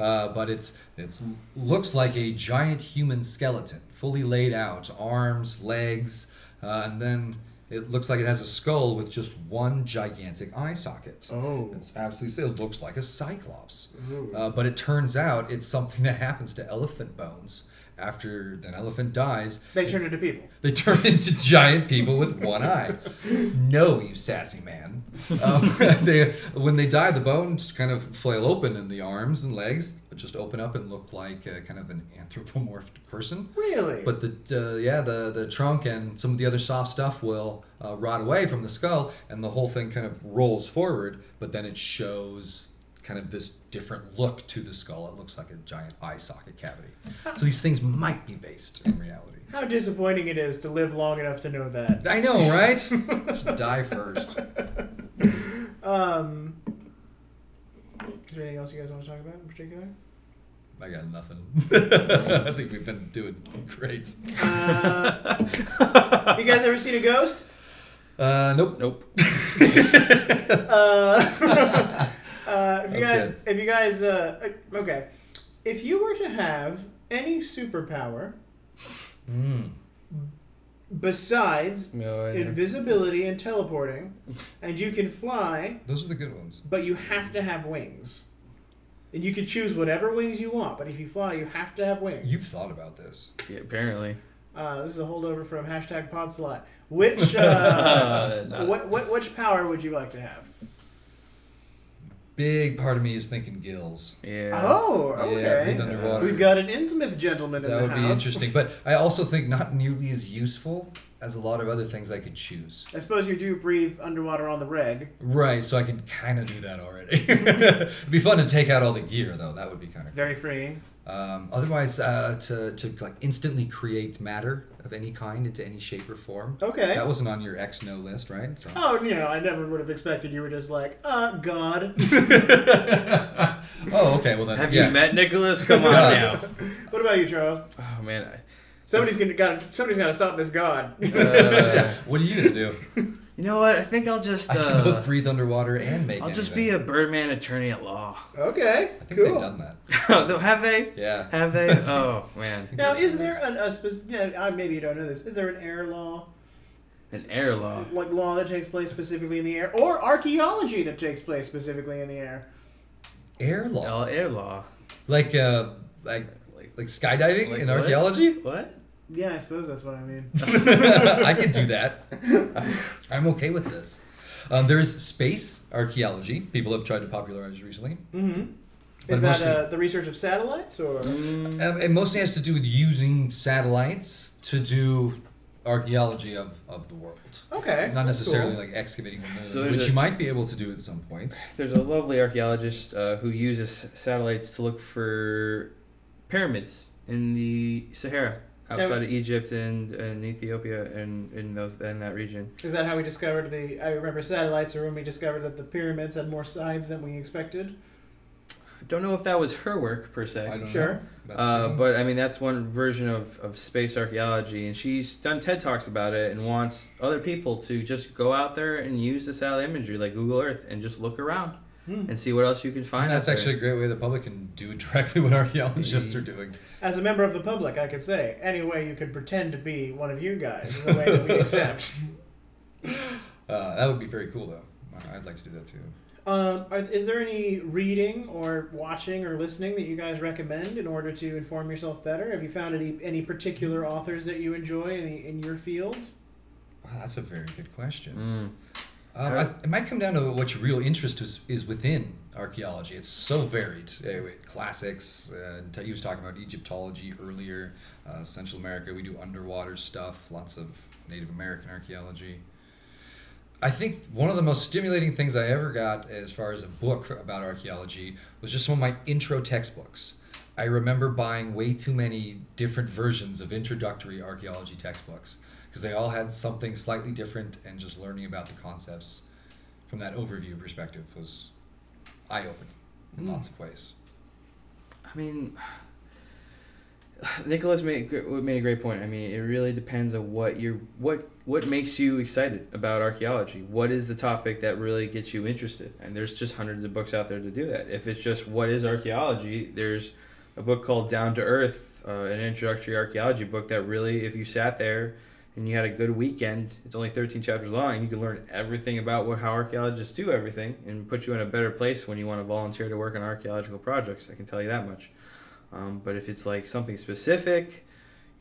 Speaker 4: Uh, but it's it's looks like a giant human skeleton, fully laid out, arms, legs, uh, and then it looks like it has a skull with just one gigantic eye socket.
Speaker 2: Oh.
Speaker 4: It's absolutely. It looks like a cyclops, uh, but it turns out it's something [laughs] that happens to elephant bones. After an elephant dies,
Speaker 2: They turn into people.
Speaker 4: they turn [laughs] into giant people with one eye. No, you sassy man. Um, [laughs] they, when they die, the bones kind of flail open, and the arms and legs just open up and look like uh kind of an anthropomorphed person.
Speaker 2: Really?
Speaker 4: But the uh, yeah, the the trunk and some of the other soft stuff will uh, rot away from the skull, and the whole thing kind of rolls forward. But then it shows kind of this different look to the skull. It looks like a giant eye socket cavity. So these things might be based in reality.
Speaker 2: How disappointing it is to live long enough to know that.
Speaker 4: I know, right? Just die first.
Speaker 2: Um, is there anything else you guys want to talk about in particular?
Speaker 4: I got nothing. [laughs] I think we've been doing great.
Speaker 3: [laughs]
Speaker 2: Uh, you guys ever seen a ghost?
Speaker 4: Uh, nope.
Speaker 3: Nope.
Speaker 2: [laughs] Uh, uh, if you
Speaker 4: That's
Speaker 2: guys,
Speaker 4: good.
Speaker 2: if you guys, uh, okay, if you were to have any superpower
Speaker 4: Mm.
Speaker 2: besides
Speaker 3: No, I know.
Speaker 2: invisibility and teleporting, and you can fly,
Speaker 4: Those are the good ones.
Speaker 2: but you have to have wings. And you can choose whatever wings you want, but if you fly, you have to have wings.
Speaker 4: You've thought about this.
Speaker 3: Yeah, apparently.
Speaker 2: Uh, this is a holdover from hashtag podslot. Which uh,
Speaker 3: [laughs] Nah.
Speaker 2: what, what, which power would you like to have?
Speaker 4: Big part of me is thinking gills.
Speaker 3: Yeah.
Speaker 2: Oh,
Speaker 4: Yeah,
Speaker 2: okay.
Speaker 4: breathe underwater.
Speaker 2: We've got an Innsmouth gentleman in
Speaker 4: That
Speaker 2: the
Speaker 4: would
Speaker 2: house.
Speaker 4: be interesting. But I also think not nearly as useful as a lot of other things I could choose.
Speaker 2: I suppose you do breathe underwater on the reg.
Speaker 4: Right, so I can kind of do that already. It'd [laughs] be fun to take out all the gear, though. That would be kind of
Speaker 2: Very freeing.
Speaker 4: Um, otherwise, uh, to, to like instantly create matter of any kind into any shape or form.
Speaker 2: Okay.
Speaker 4: That wasn't on your X no list, right? So.
Speaker 2: Oh, you know, I never would have expected you were just like, uh, God.
Speaker 4: [laughs] Oh, okay. Well then,
Speaker 3: Have
Speaker 4: yeah.
Speaker 3: you met Nicholas? [laughs] Come on now.
Speaker 2: what about you, Charles?
Speaker 3: Oh man.
Speaker 2: Somebody's gonna got somebody's gotta stop this God.
Speaker 3: I, uh, [laughs]
Speaker 4: Yeah, What are you gonna do?
Speaker 3: you know what? I think I'll just.
Speaker 4: I can
Speaker 3: Uh,
Speaker 4: both breathe underwater and make.
Speaker 3: I'll just be a Birdman attorney at law. [laughs]
Speaker 2: okay.
Speaker 4: I think
Speaker 2: cool.
Speaker 4: they've done that.
Speaker 3: Though, have they?
Speaker 4: Yeah.
Speaker 3: Have they? Oh man,
Speaker 2: Now, is there an a spec- yeah, I maybe you don't know this? Is there an air law,
Speaker 3: an air law.
Speaker 2: like law that takes place specifically in the air, or archaeology that takes place specifically in the air?
Speaker 4: Air law,
Speaker 3: Oh, air law.
Speaker 4: like uh, like
Speaker 3: Like
Speaker 4: like skydiving
Speaker 3: Like
Speaker 4: in
Speaker 3: what? [laughs]
Speaker 4: archaeology.
Speaker 3: what?
Speaker 2: Yeah, I suppose that's what I
Speaker 4: [laughs]
Speaker 2: mean.
Speaker 4: I could do that. I'm okay with this. Um, there is space archaeology. People have tried to popularize recently.
Speaker 2: Mm-hmm.
Speaker 4: But
Speaker 2: Is that
Speaker 4: mostly-
Speaker 2: uh, the research of satellites, or
Speaker 3: Mm,
Speaker 4: Um, it mostly has to do with using satellites to do archaeology of, of the world.
Speaker 2: okay?
Speaker 4: Not
Speaker 2: that's
Speaker 4: necessarily
Speaker 2: cool.
Speaker 4: like excavating the moon,
Speaker 3: So there's
Speaker 4: which
Speaker 3: a-
Speaker 4: you might be able to do at some point.
Speaker 3: there's a lovely archaeologist uh, who uses satellites to look for pyramids in the Sahara, outside of Egypt and, and Ethiopia and in those in that region.
Speaker 2: Is that how we discovered the? I remember satellites are when we discovered that the pyramids had more sides than we expected.
Speaker 3: I don't know if that was her work per se.
Speaker 4: I don't
Speaker 2: Sure.
Speaker 4: know. That's-
Speaker 3: Uh, but I mean, that's one version of, of space archaeology, and she's done TED Talks about it and wants other people to just go out there and use the satellite imagery like Google Earth and just look around
Speaker 2: Hmm.
Speaker 3: and see what else you can find.
Speaker 4: that's
Speaker 3: out
Speaker 4: actually a great way the public can do [laughs] directly what archaeologists are doing.
Speaker 2: As a member of the public, I could say any way you could pretend to be one of you guys is a way that we
Speaker 4: [laughs]
Speaker 2: accept.
Speaker 4: Uh, that would be very cool, though. I- I'd like to do that too.
Speaker 2: Um, are, is there any reading or watching or listening that you guys recommend in order to inform yourself better? Have you found any any particular authors that you enjoy in, in your field?
Speaker 4: Wow, that's a very good
Speaker 3: there.
Speaker 4: question.
Speaker 3: Mm.
Speaker 4: Um, I, it might come down to what your real interest is, is within archaeology. It's so varied. Uh, with classics. Uh, t- he was talking about Egyptology earlier. Uh, Central America, we do underwater stuff. Lots of Native American archaeology. I think one of the most stimulating things I ever got as far as a book for- about archaeology was just one of my intro textbooks. I remember buying way too many different versions of introductory archaeology textbooks because they all had something slightly different, and just learning about the concepts from that overview perspective was eye opening in
Speaker 2: Hmm.
Speaker 4: lots of ways.
Speaker 3: I mean, [sighs] Nicholas made gr- made a great point. I mean, it really depends on what you're what what makes you excited about archaeology. What is the topic that really gets you interested? And there's just hundreds of books out there to do that. If it's just what is archaeology, there's a book called Down to Earth, uh, an introductory archaeology book that really, if you sat there and you had a good weekend, it's only 13 chapters long, and you can learn everything about what how archaeologists do everything, and put you in a better place when you want to volunteer to work on archaeological projects. I can tell you that much. Um, but if it's like something specific,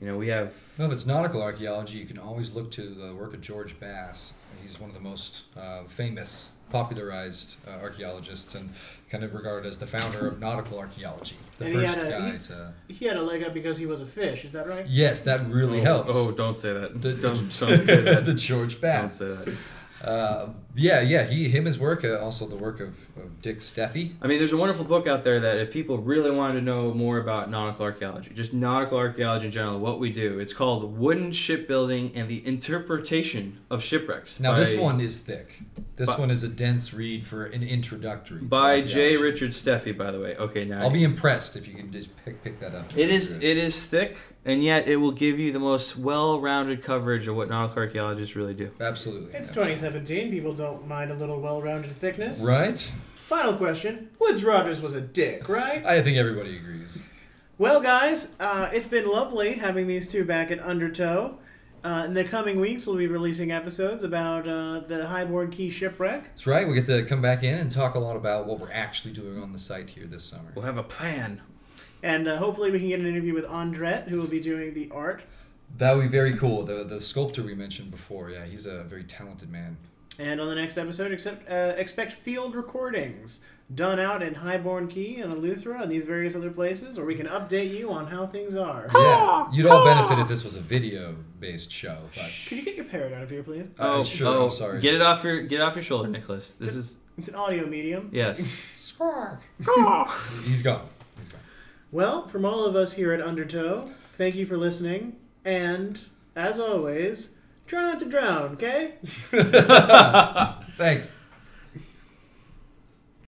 Speaker 3: you know, we have
Speaker 4: Well, if it's nautical archaeology, you can always look to the work of George Bass. He's one of the most uh, famous, popularized uh, archaeologists and kind of regarded as the founder of nautical archaeology. The
Speaker 2: And he
Speaker 4: first
Speaker 2: had a-
Speaker 4: guy
Speaker 2: he-
Speaker 4: to.
Speaker 2: He had a leg up because he was a fish. Is that right?
Speaker 4: Yes, that really
Speaker 3: oh,
Speaker 4: helped. [laughs]
Speaker 3: Oh, don't say that.
Speaker 4: The-
Speaker 3: don't, don't say
Speaker 4: [laughs]
Speaker 3: that.
Speaker 4: the George
Speaker 3: don't
Speaker 4: Bass.
Speaker 3: say that.
Speaker 4: Uh, yeah, yeah. He, him, his work, uh, also the work of, of Dick Steffi.
Speaker 3: I mean, there's a wonderful book out there that if people really wanted to know more about nautical archaeology, just nautical archaeology in general, what we do, it's called Wooden Shipbuilding and the Interpretation of Shipwrecks.
Speaker 4: Now
Speaker 3: by,
Speaker 4: this one is thick. This
Speaker 3: By-
Speaker 4: one is a dense read for an introductory. to
Speaker 3: by J.
Speaker 4: archaeology.
Speaker 3: Richard Steffi, by the way. Okay, now
Speaker 4: I'll be impressed if you can just pick pick that up.
Speaker 3: It is it is thick, and yet it will give you the most well-rounded coverage of what nautical archaeologists really do.
Speaker 4: absolutely
Speaker 2: It's 2017. People don't mind a little well-rounded thickness.
Speaker 4: right.
Speaker 2: Final question: Woods Rogers was a dick, right?
Speaker 4: I think everybody agrees.
Speaker 2: Well, guys, uh, it's been lovely having these two back at Undertow. Uh, in the coming weeks, we'll be releasing episodes about uh, the Highboard Key shipwreck.
Speaker 4: That's right. We get to come back in and talk a lot about what we're actually doing on the site here this summer.
Speaker 3: We'll have a plan.
Speaker 2: And uh, hopefully, we can get an interview with Andret, who will be doing the art.
Speaker 4: That would be very cool. The the sculptor we mentioned before. Yeah, he's a very talented man.
Speaker 2: And on the next episode, accept, uh, expect field recordings done out in Highborn Key and Eleuthera and these various other places, where we can update you on how things are.
Speaker 4: Yeah, you'd all benefit if this was a video based show. But
Speaker 2: Could you get your parrot out of here, please?
Speaker 4: I'm
Speaker 3: oh,
Speaker 4: sure.
Speaker 3: oh,
Speaker 4: I'm sorry.
Speaker 3: Get it off your get off your shoulder, Nicholas. This is
Speaker 2: It's an audio medium.
Speaker 3: [laughs] yes.
Speaker 4: Squawk. he's gone. He's gone.
Speaker 2: Well, from all of us here at Undertow, thank you for listening. And as always, try not to drown, okay?
Speaker 4: Thanks.